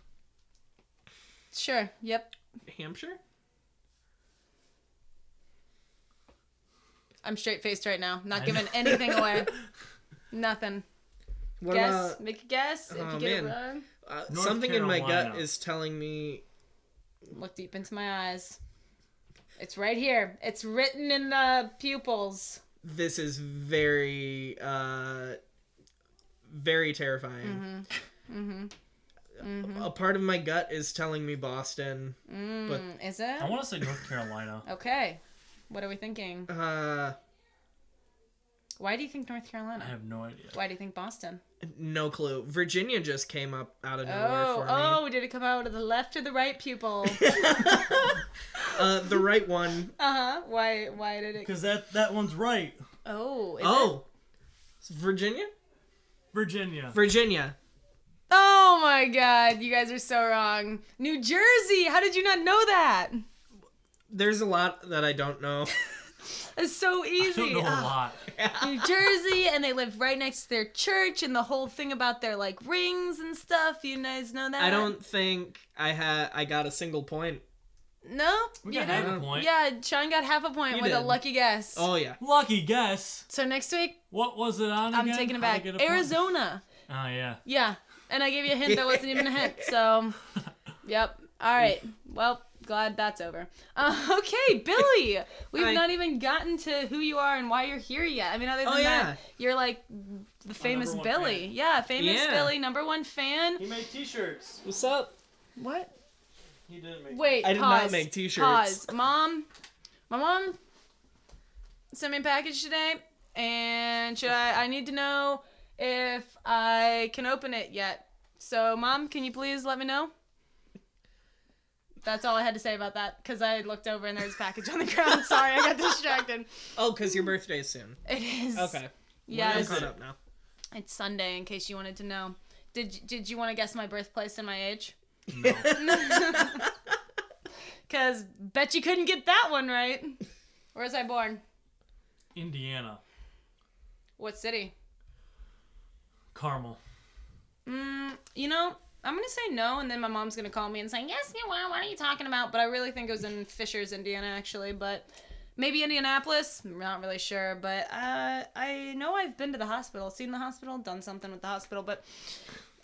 Sure. Yep.
Hampshire?
I'm straight faced right now. Not
I
giving
know.
anything away. Nothing.
What
guess.
about
Make a guess. If
Oh,
you get
man.
it
uh,
North
something in my gut
Carolina.
is telling me
wrong, look deep into my eyes. It's right here. It's written in the pupils.
this is very uh very terrifying. A part of my gut is telling me Boston. But-
Mm, is it?
I want to say North Carolina.
Okay. What are we thinking?
Uh
Why do you think North
I
Carolina?
have no idea.
Why do you think Boston?
No clue. Virginia just came up out of nowhere
Oh,
for me.
oh, did it come out of the left or the right
(laughs)
pupil?
(laughs) Uh, the right one.
uh huh. Why? Why did
(laughs)
it?
Because that, that one's right.
Oh. Is It?
oh, Virginia.
Virginia.
Virginia.
Oh my God! You guys are so wrong. New Jersey. How did you not know that?
There's a lot that I don't know.
It's so
I
easy.
don't know a
Ah.
lot.
New Jersey, and they lived right next to their church, and the whole thing about their like rings and stuff. You guys know (laughs) that?
I don't think I had. I got a single point.
No.
We
You
got half
didn't?
a point.
Yeah, Sean got half a point
You
with a
did.
lucky guess.
Oh yeah.
Lucky guess.
So next week,
What was it on
I'm
again?
taking it
How'd I
back.
get a point?
Arizona.
Oh, yeah.
Yeah. And I gave you a hint that wasn't even a hint.
(laughs)
So, yep. All right. Well, glad that's over. Uh, (laughs) okay, Billy. We've
Hi.
not even gotten to who you are and why you're here yet. I mean, other than
Oh, yeah.
that, you're like the famous
one
Billy. Yeah, famous
Yeah.
Billy, number one fan.
He made t shirts.
What's up?
What?
He didn't make
Wait.
I did
pause,
not make t-shirts.
Pause. Mom. My mom sent me a package today, and should I? I need to know if I can open it yet. So, mom, can you please let me know? That's all I had to say about that because I looked over and there was a package on the (laughs) ground. Sorry, I got distracted.
Oh, cause your birthday's soon.
It is.
Okay.
Yeah,
I'm
is
it's,
caught
it?
up now.
it's Sunday. In case you wanted to know, did did you want to guess my birthplace and my age?
No.
(laughs) Because bet you couldn't get that one right. Where was I born?
Indiana.
What city?
Carmel.
Mm, you know, I'm going to say no, and then my mom's going to call me and say, yes, you are. What are you talking about? But I really think it was in Fishers, Indiana, actually. But maybe Indianapolis. I'm not really sure. But uh, I know I've been to the hospital, seen the hospital, done something with the hospital, but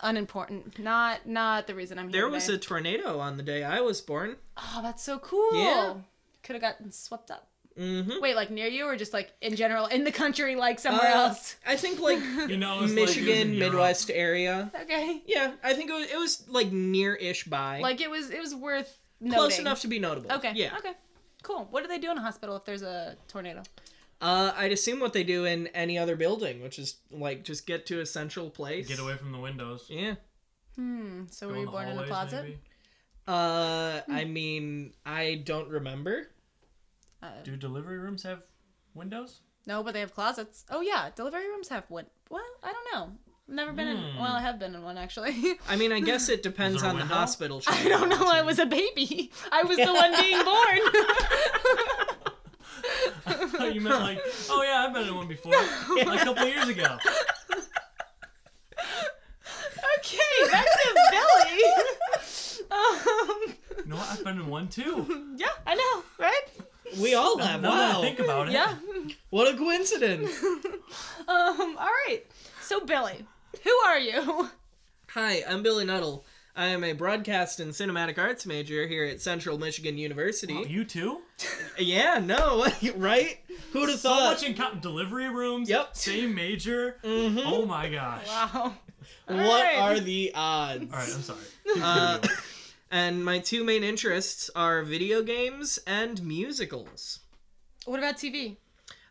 unimportant. Not not the reason I'm here.
There was
today.
a tornado on the day I was born.
Oh, that's so cool.
Yeah.
Could have gotten swept up.
Mm-hmm.
Wait, like near you or just like in general, in the country, like somewhere
Uh,
else? (laughs)
I think like
You know, it's like it was in
Michigan,
Europe.
Midwest area.
Okay.
Yeah, I think it was, it was like near-ish by,
Like it was it was worth noting.
close enough to be notable.
Okay.
Yeah.
Okay. Cool. What do they do in a hospital if there's a tornado?
Uh, I'd assume what they do in any other building, which is like just get to a central place.
Get away from the windows.
Yeah.
Hmm. So
Go
were
in
you
the
born in a
hallways,
closet?
maybe.
Uh, I mean, I don't remember.
Uh,
Do delivery rooms have
(laughs)
windows?
no, but they have closets. Oh yeah, delivery rooms have one. Well, I don't know. Never been in.
Hmm.
Well, I have been in one actually. (laughs)
I mean, I
(laughs)
guess it depends
there a
on the
window?
hospital.
I don't know. I was a baby. I was the one being born.
Oh, you meant like, oh yeah, I've been in one
(laughs)
before, like a couple years ago.
(laughs) okay, back to Billy. (laughs) um,
You know what? I've been in
(laughs)
one too.
yeah, I know, right?
We all
Now
have.
that I
Wow.
think about it,
Yeah. (laughs)
What a coincidence.
Um. All right. So Billy, who are you? (laughs)
Hi, I'm Billy Nuttall. I am a broadcast and cinematic arts major here at Central Michigan University.
you too.
Yeah, no, (laughs) right? Who'd have
So
thought?
much in co- delivery rooms.
Yep.
Same major. Oh my gosh.
Mm-hmm. Wow.
What
Alright.
are the
(laughs)
odds?
All right, I'm sorry.
Uh, and my two main interests are video games and musicals.
What about TV?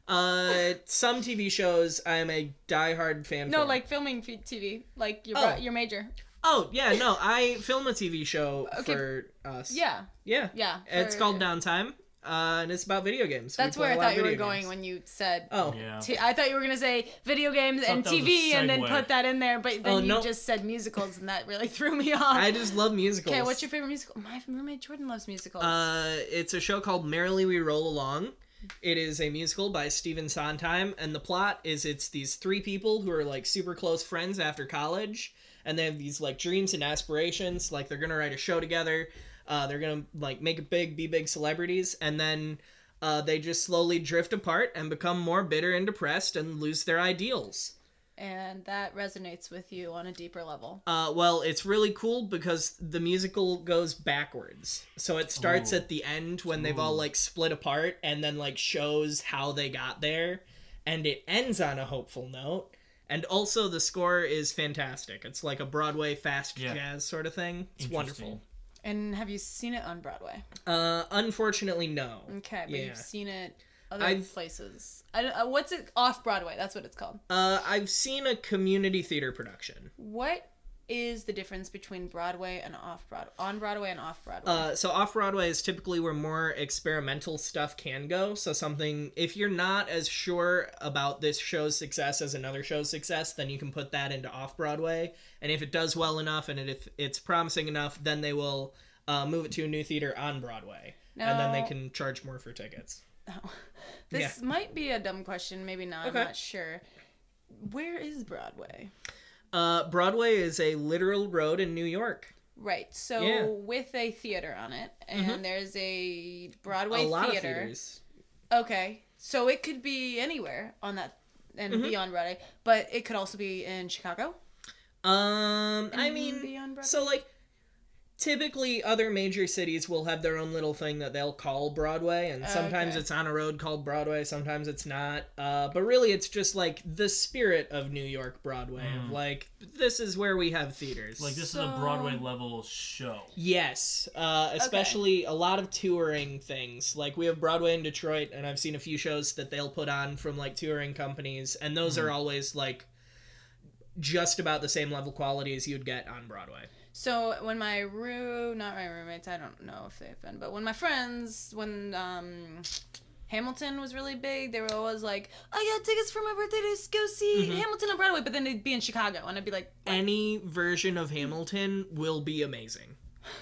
Uh, some TV shows I am a diehard fan.
No,
for.
like filming fe- TV, like your
Oh.
your major.
oh yeah, no, I film a TV show
Okay.
for us.
Yeah,
yeah,
yeah.
It's
for-
called Downtime, uh, and it's about video games. We
That's
play
where I
a lot of
thought you were
video
going
games.
when you said.
Oh,
Yeah.
T- I thought you were gonna say video games and
that was a
TV, and then
segue.
put that in there, but then
Oh,
you
no.
just said musicals, and that really (laughs) threw me off.
I just love musicals.
okay, Uh, what's your favorite musical? My roommate Jordan loves musicals.
Uh, it's a show called Merrily We Roll Along. It is a musical by Stephen Sondheim, and the plot is it's these three people who are like super close friends after college, and they have these like dreams and aspirations. Like they're gonna write a show together, uh, they're gonna like make it big, be big celebrities, and then uh, they just slowly drift apart and become more bitter and depressed and lose their ideals.
and that resonates with you on a deeper level.
Uh, well, it's really cool because the musical goes backwards. So it starts
Ooh.
at the end when they've all
Oh. Ooh.
like split apart and then like shows how they got there. And it ends on a hopeful note. And also, the score is fantastic. It's like a Broadway fast
Yeah.
jazz sort of thing. It's wonderful.
And have you seen it on Broadway?
Uh, unfortunately, no.
Okay, but
Yeah.
you've seen it. other
I've-
places. I don't, uh, what's it off Broadway? That's what it's called.
Uh, I've seen a community theater production.
What is the difference between Broadway and off Broadway? On Broadway and off Broadway.
Uh, so off Broadway is typically where more experimental stuff can go. So something, if you're not as sure about this show's success as another show's success, then you can put that into off Broadway. And if it does well enough, and if it's promising enough, then they will uh, move it to a new theater on Broadway, and then
No.
they can charge more for tickets.
this might be a dumb question, maybe not.
Okay.
I'm not sure. Where is Broadway?
Uh, Broadway is a literal road in New York.
Right. So
Yeah. Mm-hmm.
with a theater on it, and there's a Broadway
a lot
theater.
of theaters.
Okay, so it could be anywhere on that and
Mm-hmm.
be on Broadway, but it could also be in Chicago.
Um, I
And
mean,
beyond Broadway?
so like, typically other major cities will have their own little thing that they'll call Broadway, and sometimes
Okay.
it's on a road called Broadway, sometimes it's not. Uh, but really, it's just like the spirit of New York Broadway. of,
Mm.
Like, this is where we have theaters.
Like this is
So-
a Broadway level show.
Yes, uh, especially a lot of touring things. Like we have Broadway in Detroit, and I've seen a few shows that they'll put on from like touring companies, and those
Mm.
are always like just about the same level quality as you'd get on Broadway.
So when my room, not my roommates, I don't know if they've been, but when my friends, when um, Hamilton was really big, they were always like, "I got tickets for my birthday to go see
Mm-hmm.
Hamilton on Broadway," but then they'd be in Chicago, and I'd be like,
Any version of Hamilton will be amazing.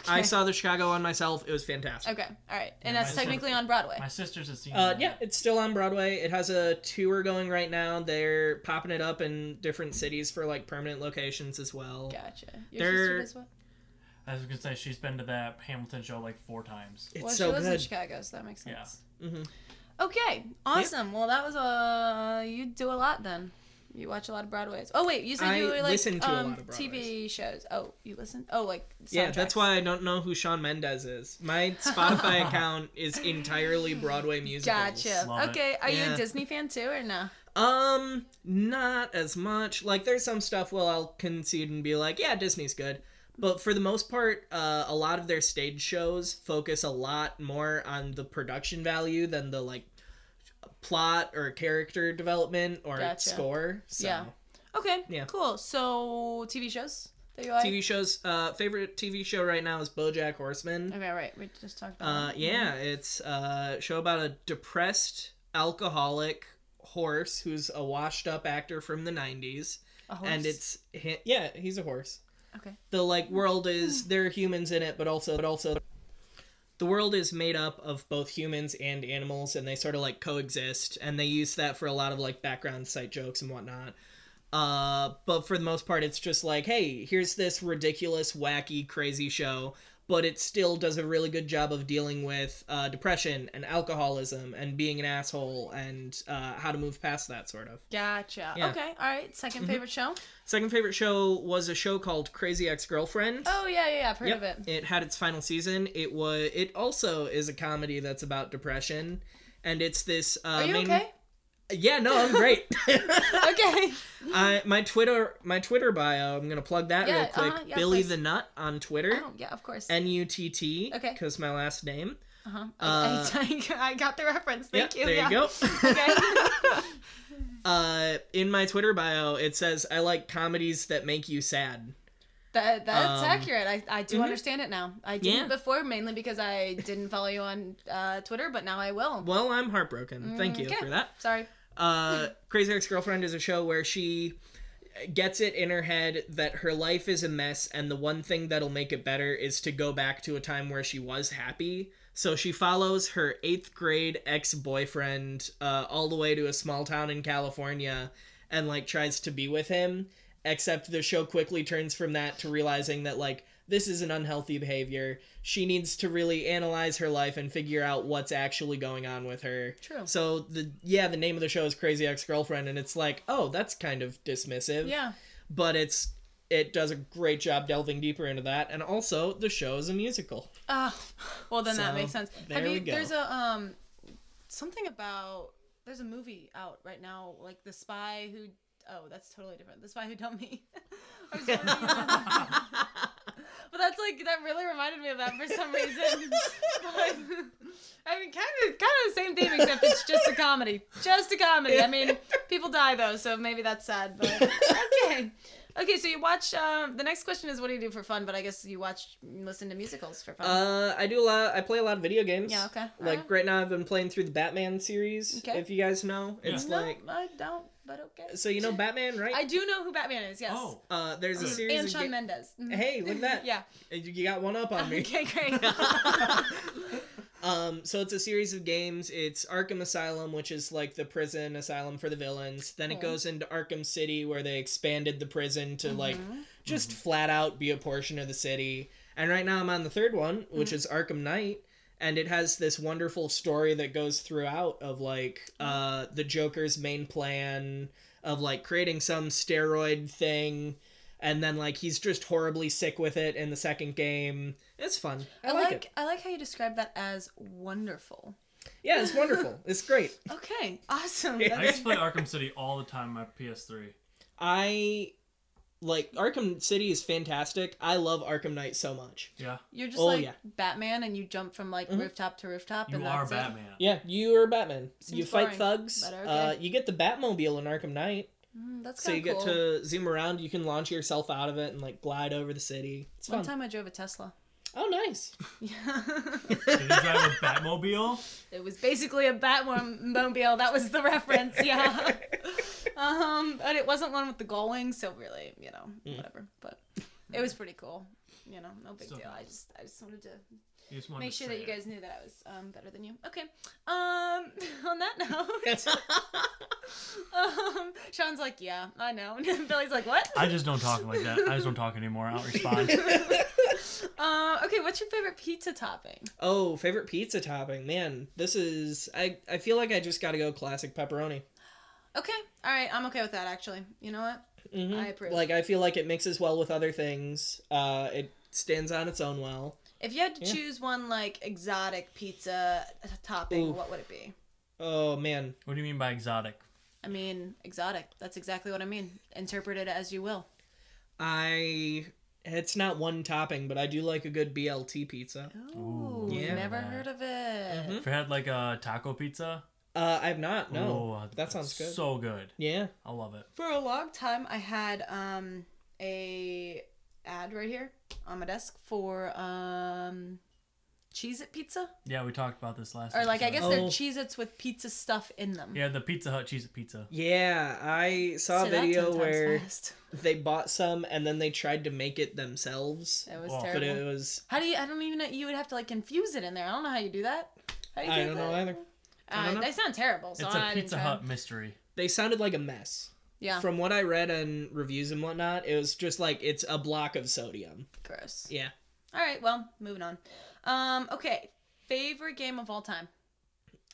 I saw the Chicago one myself; it was fantastic.
"Okay, all right," and
Yeah,
that's
my-
technically on Broadway.
My sisters have seen.
Uh,
that.
yeah, it's still on Broadway. It has a tour going right now. They're popping it up in different cities for like permanent locations as well.
Gotcha. Your sister
They're-
does what?
I was gonna say she's been to that Hamilton show like four times.
It's
well,
so
she lives in
good.
Chicago, so that makes sense.
Yeah.
Mhm.
Okay, awesome. Well, that was uh, you do a lot then. You watch a lot of Broadways. Oh wait, you said
I
you were like
listen to a
um,
lot of
TV shows. Oh, you listen? Oh, like
Yeah,
soundtracks.
that's why I don't know who Sean Mendez is. My
(laughs)
Spotify account is entirely Broadway musicals.
Gotcha.
Love it.
okay, are you a
Yeah.
Disney fan too or no?
Um, not as much. Like, there's some stuff where I'll concede and be like, yeah, Disney's good. But for the most part, uh, a lot of their stage shows focus a lot more on the production value than the, like, plot or character development or
Gotcha.
score. So,
Yeah. Okay.
Yeah.
Cool. So TV shows that you like?
TV shows, uh, favorite TV show right now is Bojack Horseman.
Okay, right. We just talked about.
Uh,
that.
yeah, it's a show about a depressed alcoholic horse who's a washed-up actor from the '90s,
A horse.
and it's hi- yeah, he's a horse.
okay.
The like world is there are humans in it, but also but also the world is made up of both humans and animals, and they sort of like coexist, and they use that for a lot of like background site jokes and whatnot. Uh, but for the most part, it's just like, hey, here's this ridiculous, wacky, crazy show, but it still does a really good job of dealing with uh, depression and alcoholism and being an asshole and uh, how to move past that sort of.
Gotcha.
Yeah. Mm-hmm.
Okay. All right. 2nd favorite show.
Second favorite show was a show called Crazy Ex Girlfriend.
Oh yeah, yeah. yeah, I've heard
Yep.
of it.
had its final season. It was. It also is a comedy that's about depression, and it's this. Uh,
Are you
main- (laughs)
okay?
Yeah, no, I'm great.
(laughs) okay.
(laughs) I my Twitter my Twitter bio. I'm gonna plug that
Yeah,
real quick.
uh-huh, yeah,
Billy
please.
the Nut on Twitter.
Oh, yeah, of course.
N U T T.
Okay.
Because my last name.
Uh-huh. (laughs) I, I, I got the reference. Thank
Yeah,
you.
uh, There
yeah.
you
(laughs)
go. (laughs)
okay.
Uh, in my Twitter bio, it says I like comedies that make you sad.
That, that's
Um,
accurate. I, I do understand it now. I didn't
Yeah.
before mainly because I didn't follow you on uh, Twitter, but now I will.
Well, I'm heartbroken. Thank you
Okay.
for that.
Sorry.
uh, Crazy Ex Girlfriend is a show where she gets it in her head that her life is a mess, and the one thing that'll make it better is to go back to a time where she was happy. So she follows her eighth grade ex boyfriend uh, all the way to a small town in California and, like, tries to be with him. Except the show quickly turns from that to realizing that, like, this is an unhealthy behavior. She needs to really analyze her life and figure out what's actually going on with her.
True.
So the yeah, the name of the show is Crazy Ex-Girlfriend and it's like, "Oh, that's kind of dismissive."
Yeah.
But it's it does a great job delving deeper into that and also the show is
(laughs)
a musical.
Oh, well then that
So,
makes sense.
there
Have you?
we go.
There's a um, something about there's a movie out right now, like The Spy Who. Oh, that's totally different. The Spy Who Dumped Me. (laughs) I was
Uh,
totally-
(laughs)
(laughs) but that's like that really reminded me of that for some reason. but I mean, kind of, kind of the same theme, except it's just a comedy. Just a comedy. I mean, people die though, so maybe that's sad. But okay, okay. So you watch. Um, the next question is, what do you do for fun? But I guess you watch, listen to musicals for fun.
Uh, I do a lot. I play a lot of video games.
Yeah, okay. Uh,
Like
Alright.
right now, I've been playing through the Batman series.
Okay.
If you guys know,
Yeah.
it's
no,
like
I don't. But okay.
so you know Batman, right?
I do know who Batman is. Yes. Mm,
Oh,
Uh, there's a
And
series.
and
of
Sean
ga-
Mendes. Mhm.
Hey, look at that.
(laughs) Yeah.
You you got one up on me.
(laughs) Okay,
(laughs)
great.
um, so it's a series of games. It's Arkham Asylum, which is like the prison asylum for the villains. Then it
Cool.
goes into Arkham City, where they expanded the prison to like just flat out be a portion of the city. And right now I'm on the third one, which is Arkham Knight. And it has this wonderful story that goes throughout of like uh, the Joker's main plan of like creating some steroid thing. And then like he's just horribly sick with it in the second game. It's fun. I,
I
like, it.
like I like how you describe that as wonderful.
Yeah, it's
(laughs)
wonderful. It's great.
Okay, awesome.
Yeah.
I used to play Arkham City all the time on my PS3.
I like Arkham City is fantastic. I love Arkham Knight so much.
Yeah,
You're just
Oh,
like
yeah. Mm-hmm.
Batman, and you jump from like rooftop to rooftop,
you
and
are
that's
Batman.
Yeah, you are Batman.
Seems
you fight
boring,
thugs.
but okay.
Uh, you get the Batmobile in Arkham Knight,
it. Mm, that's
so you
kind of
get
cool.
to zoom around. You can launch yourself out of it and like glide over the city. It's
One
fun.
time I drove a
(laughs)
Tesla. (laughs)
Oh, nice.
Yeah.
Did you drive a Batmobile?
it was basically a Batmobile. That was the reference. Yeah. um, but it wasn't one with the gull wings, so really, you know, whatever.
(laughs)
But it was pretty cool. You know, no big
Still
deal. I
counts.
just, I just wanted to
You just wanted
make
to
sure
say
that you
it.
guys knew that I was um, better than you. Okay. Um, (laughs) on that note,
(laughs)
um, Sean's like, yeah, I know. (laughs) Billy's like, what? (laughs)
I just don't talk like that. I just don't talk anymore. I don't respond.
Uh, okay, what's your favorite pizza topping?
(laughs) oh, favorite pizza topping, man. This is I. I feel like I just got to go classic pepperoni.
Okay, all right, I'm okay with that actually. You know what?
Mhm.
I approve.
Like I feel like it mixes well with other things. Uh, it stands on its own well.
If you had to
Yeah.
choose one like exotic pizza t- topping,
Oof.
what would it be?
Oh man,
What do you mean by exotic?
I mean, exotic. That's exactly what I mean. Interpret it as you will.
I it's not one topping, but I do like a good BLT pizza.
Ooh,
yeah. Mm-hmm.
never heard of it.
If I had like a taco pizza,
Uh, I've not.
ooh,
No,
uh,
that sounds good.
So good.
yeah.
I love it.
For a long time, I had um a ad right here on my desk for um cheese it pizza,
Yeah, we talked about this last.
or like I
episode.
guess they're
Oh.
Cheez-Its with pizza stuff in them.
Yeah, the Pizza Hut cheese pizza.
Yeah, I saw
Say
a
that
video
10 times
where
fast.
they bought some and then they tried to make it themselves,
It was
Well,
terrible.
but it was
How do you? I don't even know. You would have to like infuse it in there. I don't know how you do that. How do you
I
do
don't
that?
know either.
Uh,
I don't know.
They sound terrible. So
It's
I
a
didn't
Pizza
try.
Hut mystery.
They sounded like a mess.
Yeah.
From what I read on reviews and whatnot, it was just like it's a block of sodium.
Gross.
Yeah.
All right. Well, moving on. Um. Okay. Favorite game of all time,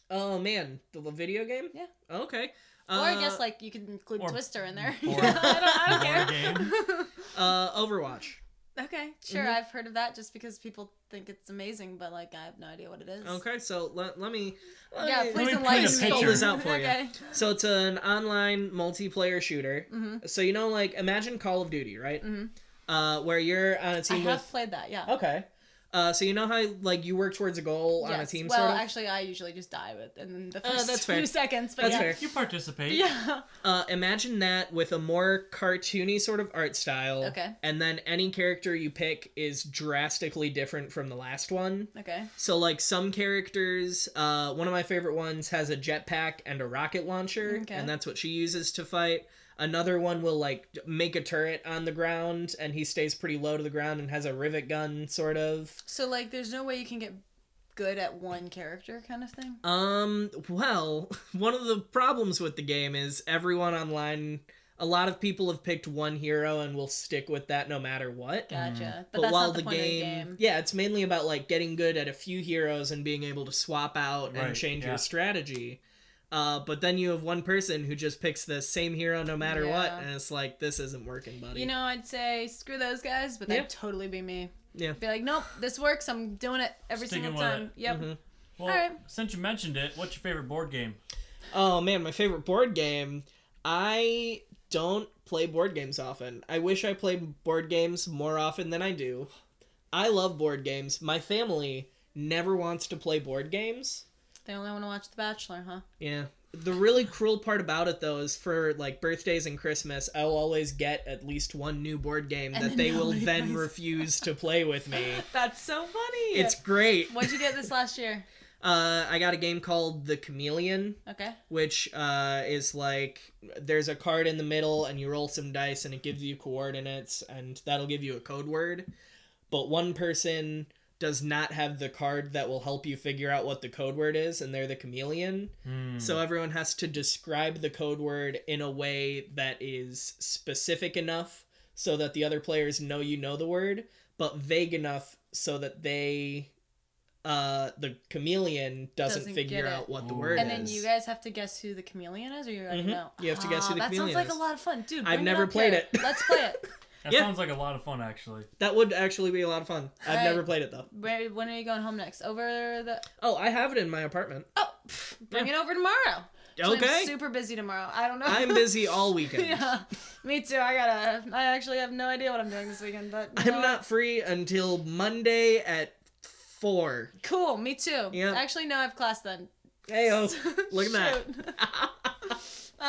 Oh man, the l- video game.
Yeah.
Okay.
or I
Uh,
guess like you could include
or-
Twister in
(laughs)
there.
or-
(laughs) I don't,
Board
I
game.
don't care.
uh, Overwatch.
(laughs) okay. Sure.
Mhm.
I've heard of that just because people think it's amazing, but like I have no idea what it is.
Okay, so let, let me. let
Yeah.
me-
Please
me
enlighten
paint a
me.
picture. Spell this
out for you.
okay.
So it's an online multiplayer shooter.
Mhm.
So you know, like imagine Call of Duty, right?
Mhm.
Uh, where you're on a
I
team
have
with.
played that. Yeah.
Okay. Uh, so you know how like you work towards a goal on a
Yes.
team.
well,
sort of?
actually, I usually just die with in the
Uh,
first (laughs)
that's
few
fair.
seconds. But
That's
yeah.
fair.
You
(laughs)
participate.
Yeah.
Uh, imagine that with a more cartoony sort of art style.
Okay.
And then any character you pick is drastically different from the last one.
Okay.
So like some characters, uh, one of my favorite ones has a jetpack and a rocket launcher,
Okay.
and that's what she uses to fight. Another one will like make a turret on the ground, and he stays pretty low to the ground and has a rivet gun, sort of.
So like, there's no way you can get good at one character, kind of thing.
Um, well, (laughs) one of the problems with the game is everyone online. A lot of people have picked one hero and will stick with that no matter what.
Gotcha. But, that's not the, point of the game.
yeah, it's mainly about like getting good at a few heroes and being able to swap out
Right,
and change
yeah.
your strategy. Uh, but then you have one person who just picks the same hero no matter what,
Yeah.
and it's like this isn't working, buddy.
You know, I'd say screw those guys, but that'd
Yeah.
totally be me.
Yeah.
Be like, nope, this works. I'm doing it every
Sticking
single
with
time.
it.
Yep.
Mhm.
Well,
Alright.
since you mentioned it, what's your favorite board game?
Oh man, my favorite board game. I don't play board games often. I wish I played board games more often than I do. I love board games. My family never wants to play board games.
They only want to watch The Bachelor, huh?
Yeah. The really cruel part about it though is for like birthdays and Christmas, I'll always get at least one new board game
And
that
then
they will
nobody
then
plays.
refuse to play with
(laughs)
me.
That's so funny.
It's great.
What'd you get this last year?
Uh, I got a game called The Chameleon, (laughs)
Okay.
which uh, is like there's a card in the middle and you roll some dice and it gives you coordinates and that'll give you a code word. But one person does not have the card that will help you figure out what the code word is and they're the chameleon.
Hmm.
So everyone has to describe the code word in a way that is specific enough so that the other players know you know the word, but vague enough so that they uh the chameleon doesn't,
Doesn't
figure
get it.
out what the
Ooh.
word
and
is.
then you guys have to guess who the chameleon is, or you already
Mhm.
know.
You have to guess who the
Ah, that
chameleon
sounds like a
is.
lot of fun, dude.
I've
bring
never
up
played
here.
it. (laughs)
Let's play it.
That
Yeah.
sounds like a lot of fun, actually.
That would actually be a lot of fun. I've
Alright.
never played it though.
Where- When are you going home next? Over the
Oh, I have it in my apartment.
oh, pff, bring it over tomorrow. So
Okay.
I'm super busy tomorrow. I don't know.
I'm busy all
(laughs)
weekend.
yeah, me too. I gotta. I actually have no idea what I'm doing this weekend, but you know
I'm
what?
not free until Monday at 4.
cool. Me too.
Yeah.
Actually, no, I have class then.
Hey,
(laughs)
(laughs) look at that.
Shoot. Um,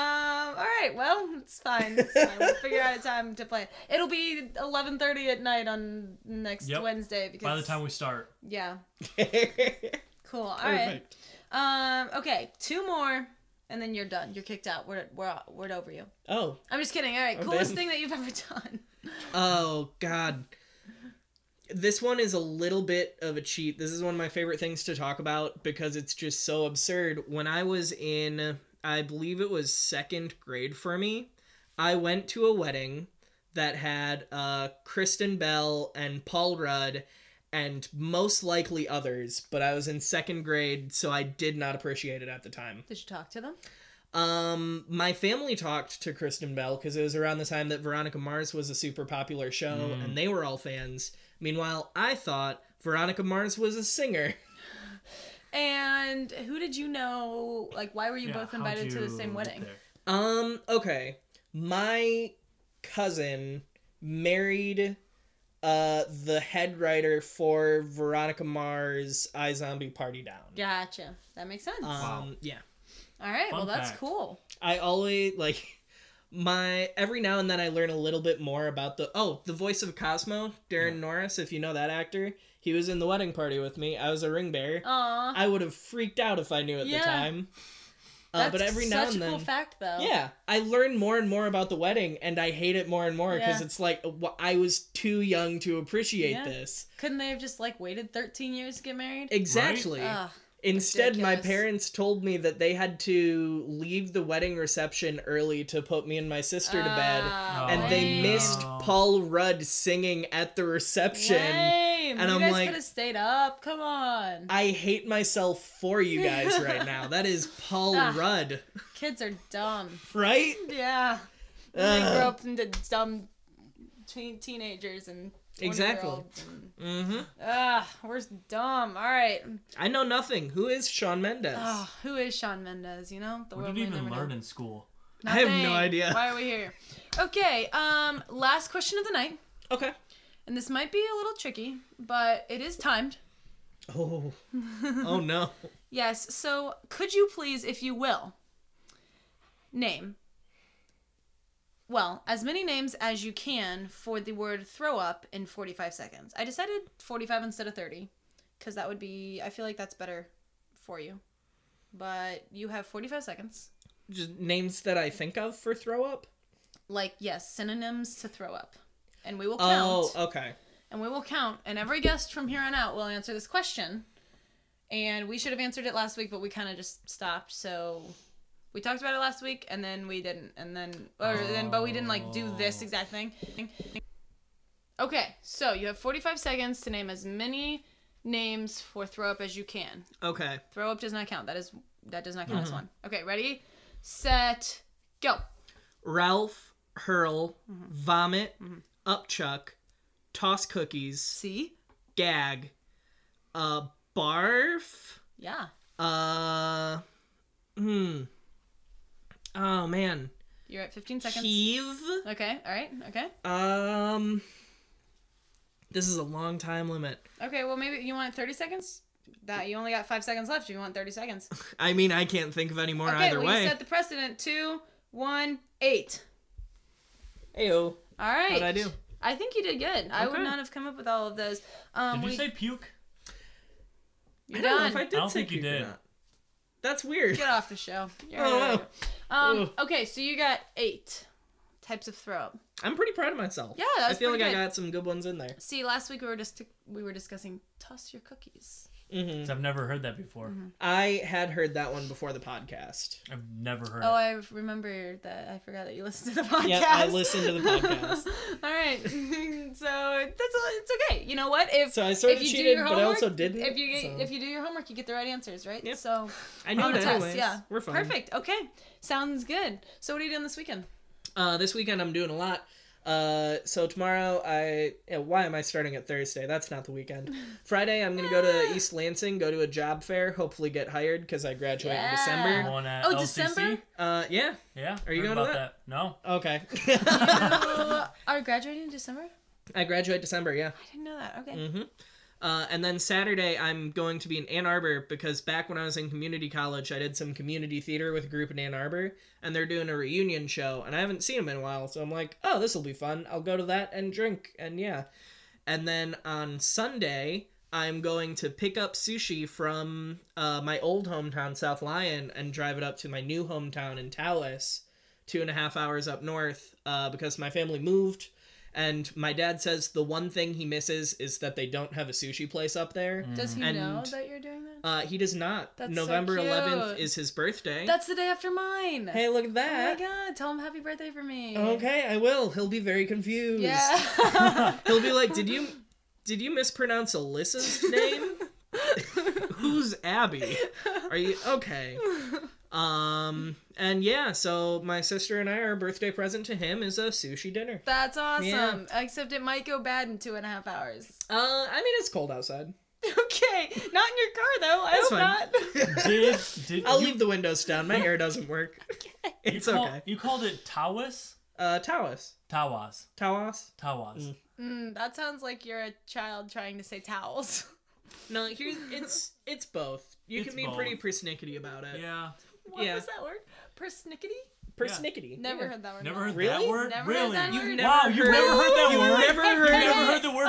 all right, well, it's fine. It's fine. We'll figure out a time to play. It'll be 11:30 at night on next
Yep.
Wednesday because
By the time we start,
yeah,
Perfect.
cool. All right. Um, okay, two more, and then you're done. You're kicked out. We're we're we're over you.
Oh,
I'm just kidding. All right,
I'm
coolest
done.
thing that you've ever (laughs) done.
Oh God. This one is a little bit of a cheat. This is one of my favorite things to talk about because it's just so absurd. When I was in I believe it was second grade for me, I went to a wedding that had uh Kristen Bell and Paul Rudd and most likely others, but I was in second grade, so I did not appreciate it at the time.
Did you talk to them?
Um, my family talked to Kristen Bell because it was around the time that Veronica Mars was a super popular show, and they were all fans. Meanwhile, I thought Veronica Mars was a singer. (laughs)
And who did you know? Like, why were you
yeah,
both
how'd
invited to the
you
same
get
wedding?
there?
Um, okay, my cousin married uh the head writer for Veronica Mars' I Zombie Party Down.
Gotcha. That makes sense.
Um,
Wow.
yeah.
All right.
Fun
well, that's
fact.
cool.
I always like (laughs) my every now and then I learn a little bit more about the oh the voice of Cosmo Darren Norris if you know that actor he was in the wedding party with me I was a ring bearer
Aw.
I would have freaked out if I knew at
Oh. Yeah.
the time uh,
That's
but every
such
now and
a cool
then
fact, though.
yeah I learn more and more about the wedding and I hate it more and more because
Yeah.
it's like uh, wh- I was too young to appreciate
Yeah.
this
Couldn't they have just like waited 13 years to get married?
exactly
Ugh.
Instead, my
Ridiculous.
parents told me that they had to leave the wedding reception early to put me and my sister to bed.
Ah,
And they
lame.
missed
Oh.
Paul Rudd singing at the reception.
Lame.
and
you
I'm
guys
like-
could have stayed up. Come on.
I hate myself for you guys
(laughs)
right now. That is Paul
Ah.
Rudd,
Kids are dumb.
right?
Yeah. And they
Ugh.
grow up into dumb teen- teenagers and
Exactly.
20-year-olds and-
Mm-hmm.
Ugh, we're dumb. All right.
I know nothing. Who is Sean Mendes?
Ugh, who is Sean Mendez? You know, the
We didn't
we
even
never
learn
know.
in school.
I have no
Nothing.
idea.
Why are we here? Okay. Um, last question of the night,
Okay.
and this might be a little tricky, but it is timed.
Oh. oh no.
Yes. So, could you please, if you will, name, well, as many names as you can for the word throw up in 45 seconds? I decided 45 instead of 30 because that would be, I feel like that's better for you. But you have 45 seconds.
Just names that I think of for throw up.
Like, yes, synonyms to throw up. And we will count.
Oh, okay.
And we will count. And every guest from here on out will answer this question. And we should have answered it last week, but we kind of just stopped. So we talked about it last week, and then we didn't. And then, or then, but we didn't like do this exact thing. Okay, so you have 45 seconds to name as many names for throw up as you can.
Okay.
Throw up does not count. That is that does not count as one. Okay, ready, set, go.
Ralph, hurl,
Mm-hmm.
vomit, upchuck, toss cookies,
See?
gag, uh, barf,
Yeah,
uh, hmm. Oh man,
you're at 15 seconds.
heave.
Okay, all right, okay,
Um, this is a long time limit.
okay. Well, maybe you want 30 seconds. That you only got five seconds left. You want thirty
(laughs)
seconds?
I mean, I can't think of any more
Okay,
either
we
way.
set the precedent. Two, one, eight.
Ayo,
All right.
how'd I do?
I think you did good. I would
Okay.
not have come up with all of those. Um,
Did you
we,
say puke?
you're
I don't know
done.
if I did
I don't
say
think you
puke or
did.
not. That's weird.
(laughs) Get off the show. You're
Oh,
out of
wow.
here. um,
Ugh.
okay, so you got eight types of throw up.
I'm pretty proud of myself.
Yeah, that was
I feel like
pretty good.
I got some good ones in there.
See, last week we were just we were discussing toss your cookies.
hmm
'Cause I've never heard that before.
Mm-hmm.
I had heard that one before the podcast.
I've never heard
Oh,
it.
I remember that. I forgot that you listened to the podcast.
Yep, I
(laughs)
listened to the podcast.
all right, (laughs) so that's it's okay. You know what? If
So I sort
if
of
you do
cheated,
your
but I
homework,
also didn't.
if you get,
so.
if you do your homework, you get the right answers, right?
Yep.
So
I knew
on the
it
test,
anyways.
yeah,
We're fine.
perfect. Okay, sounds good. So what are you doing this weekend?
Uh, this weekend I'm doing a lot. Uh, so tomorrow I yeah, why am I starting at Thursday? That's not the weekend. Friday I'm gonna go to East Lansing, go to a job fair, hopefully get hired because I graduate
Yeah.
in December.
One at
Oh,
LCC?
December?
Uh, yeah,
Yeah.
Are you
heard
going to
about
that? (laughs)
No.
okay. Uh,
You are graduating in December? I
I graduate December, yeah.
didn't know that. Okay.
Mm-hmm. Uh, and then Saturday I'm going to be in Ann Arbor because back when I was in community college I did some community theater with a group in Ann Arbor and they're doing a reunion show and I haven't seen them in a while so I'm like oh this will be fun I'll go to that and drink and yeah and then on Sunday I'm going to pick up sushi from uh, my old hometown South Lyon and drive it up to my new hometown in Taos two and a half hours up north uh, because my family moved. And my dad says the one thing he misses is that they don't have a sushi place up there.
Does he
Mm, And-
know that you're doing that?
Uh, he does not.
That's so
November
cute.
11th is his birthday.
That's the day after mine.
hey, look at
Oh my
that.
god! Tell him happy birthday for me.
okay, I will. He'll be very confused.
Yeah.
(laughs) He'll be like, "Did you did you mispronounce Alyssa's
(laughs)
name? Who's Abby? Are you okay?" Um, and yeah, so my sister and I, our birthday present to him is a sushi dinner.
That's awesome.
Yeah.
Except it might go bad in two and a half hours. (laughs)
Uh, I mean, it's cold outside.
Okay, not in your car though. I
That's
hope not.
Did, did
(laughs) I'll
you,
leave the windows down. My hair doesn't work.
you
It's
call-
okay.
You called it Tawas?
Uh, Tawas.
Tawas.
Tawas.
Tawas.
Mm, that sounds like you're a child trying to say towels. (laughs)
No, here's it's it's both. You
It's
can be
both.
pretty persnickety about it.
Yeah.
What
Yeah.
was that word? Persnickety?
Persnickety.
Never
Yeah.
heard that word.
Never
in my
heard
life.
that
Really?
word?
Never heard
really?
that word.
wow, you've never heard that
You've
word?
never heard
You've never
it.
heard the word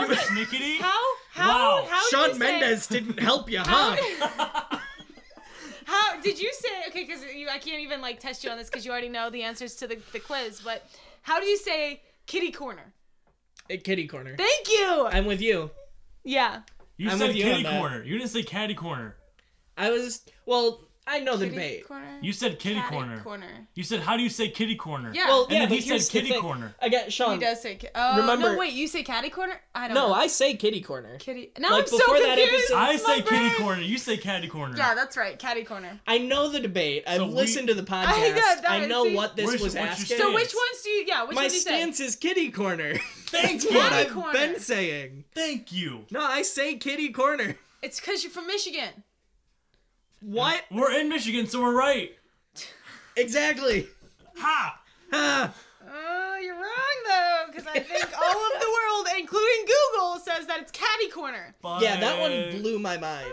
persnickety?
How? How?
Wow.
How did you
Sean
say-
Mendes didn't help you,
How,
huh?
(laughs) how did you say? Okay, because I can't even like test you on this because you already know the answers to the, the quiz. But how do you say kitty corner?
At Kitty Corner.
Thank you.
I'm with you.
Yeah.
(laughs) You
I'm
said
with you
kitty
on that.
corner. You didn't say caddy corner.
I was well. I know the debate.
corner.
You said kitty
Catty
corner. You said, how do you say kitty corner?
Yeah.
Well,
And
yeah,
then
but
he said
here's the
kitty
thing.
corner.
I got Sean.
um,
He does say. ki- Oh no!
Remember-
Wait, you say catty corner? I don't.
No,
know.
I say kitty corner.
kitty. Now
like,
I'm so
before
confused.
that episode-
I
My
say
brain-
kitty corner. You say caddy corner.
Yeah, that's right. Catty corner.
I know the debate. I've
So we-
listened to the podcast.
I
I,
got that,
know
see?
what this
Where's-
was
what's your
asking.
So
stance?
which ones do you? Yeah, which
My
one do you say?
stance is kitty corner. (laughs) That's
you.
what
Kitty
I've
corner.
been saying.
Thank you.
No, I say kitty corner.
It's because you're from Michigan.
What?
We're in Michigan, so we're right.
Exactly. (laughs)
Ha!
Ah,
Oh, you're wrong though, because I think
(laughs)
all of the world, including Google, says that it's catty corner.
yeah, that
Bye.
one blew my mind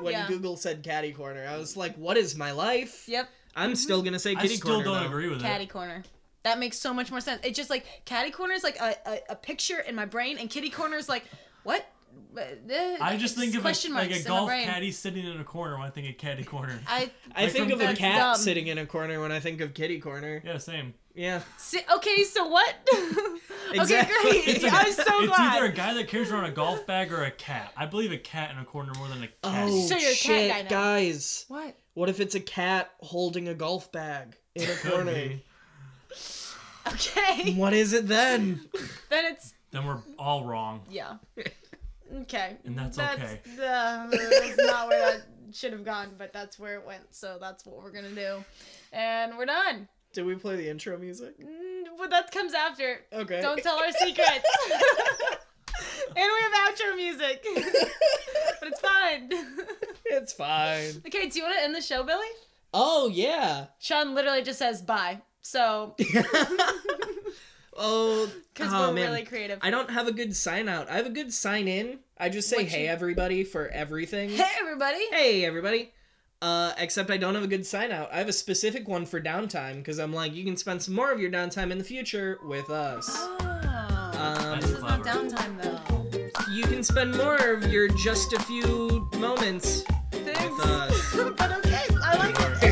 when
Yeah.
Google said catty corner. I was like, what is my life?
Yep,
I'm still going to say
I
kitty
still
corner.
don't
though.
agree with
catty
it.
corner. That makes so much more sense. It's just like catty corner is like a, a, a picture in my brain, and kitty corner is like what? Uh,
I just think of a,
question
like
marks
a
in my
golf
brain.
caddy sitting in a corner when I think of
(laughs)
caddy corner.
I
I
Like
think
from
of a
That's
cat
dumb.
sitting in a corner when I think of kitty corner.
Yeah, same.
Yeah.
si- okay, so what? (laughs)
Exactly.
Okay, great.
It's a-
I'm so
it's
glad.
either a guy that carries around a golf bag or a cat. I believe a cat in a corner more than a cat.
Oh
So you're a cat
shit,
guy now.
guys!
What? (laughs)
What if it's a cat holding a golf bag in a
Could
corner?
be.
Okay,
(laughs) what is it then?
then it's
Then we're all wrong. (laughs)
Yeah. Okay.
And that's okay.
Uh, that's not where that should have gone, but that's where it went. So that's what we're gonna do, and we're done.
Did we play the intro music?
Mm, But that comes after.
Okay.
Don't
(laughs)
tell our secrets. (laughs) and we have outro music, (laughs) but it's fine. (laughs)
it's fine.
okay, do you want to end the show, Billy?
Oh yeah. (laughs)
Sean literally just says bye. So (laughs)
Oh,
Because
oh,
we're
man.
really creative.
I don't have a good sign out. I have a good sign in. I just say
What
hey
you-
everybody for everything.
Hey, everybody.
Hey, everybody. Uh, except I don't have a good sign out. I have a specific one for downtime because I'm like, you can spend some more of your downtime in the future with us.
Oh,
Um,
this is not downtime, though.
you can spend more of your just a few moments
Thanks. (laughs)
with uh, us.
but okay, I like it.
(laughs)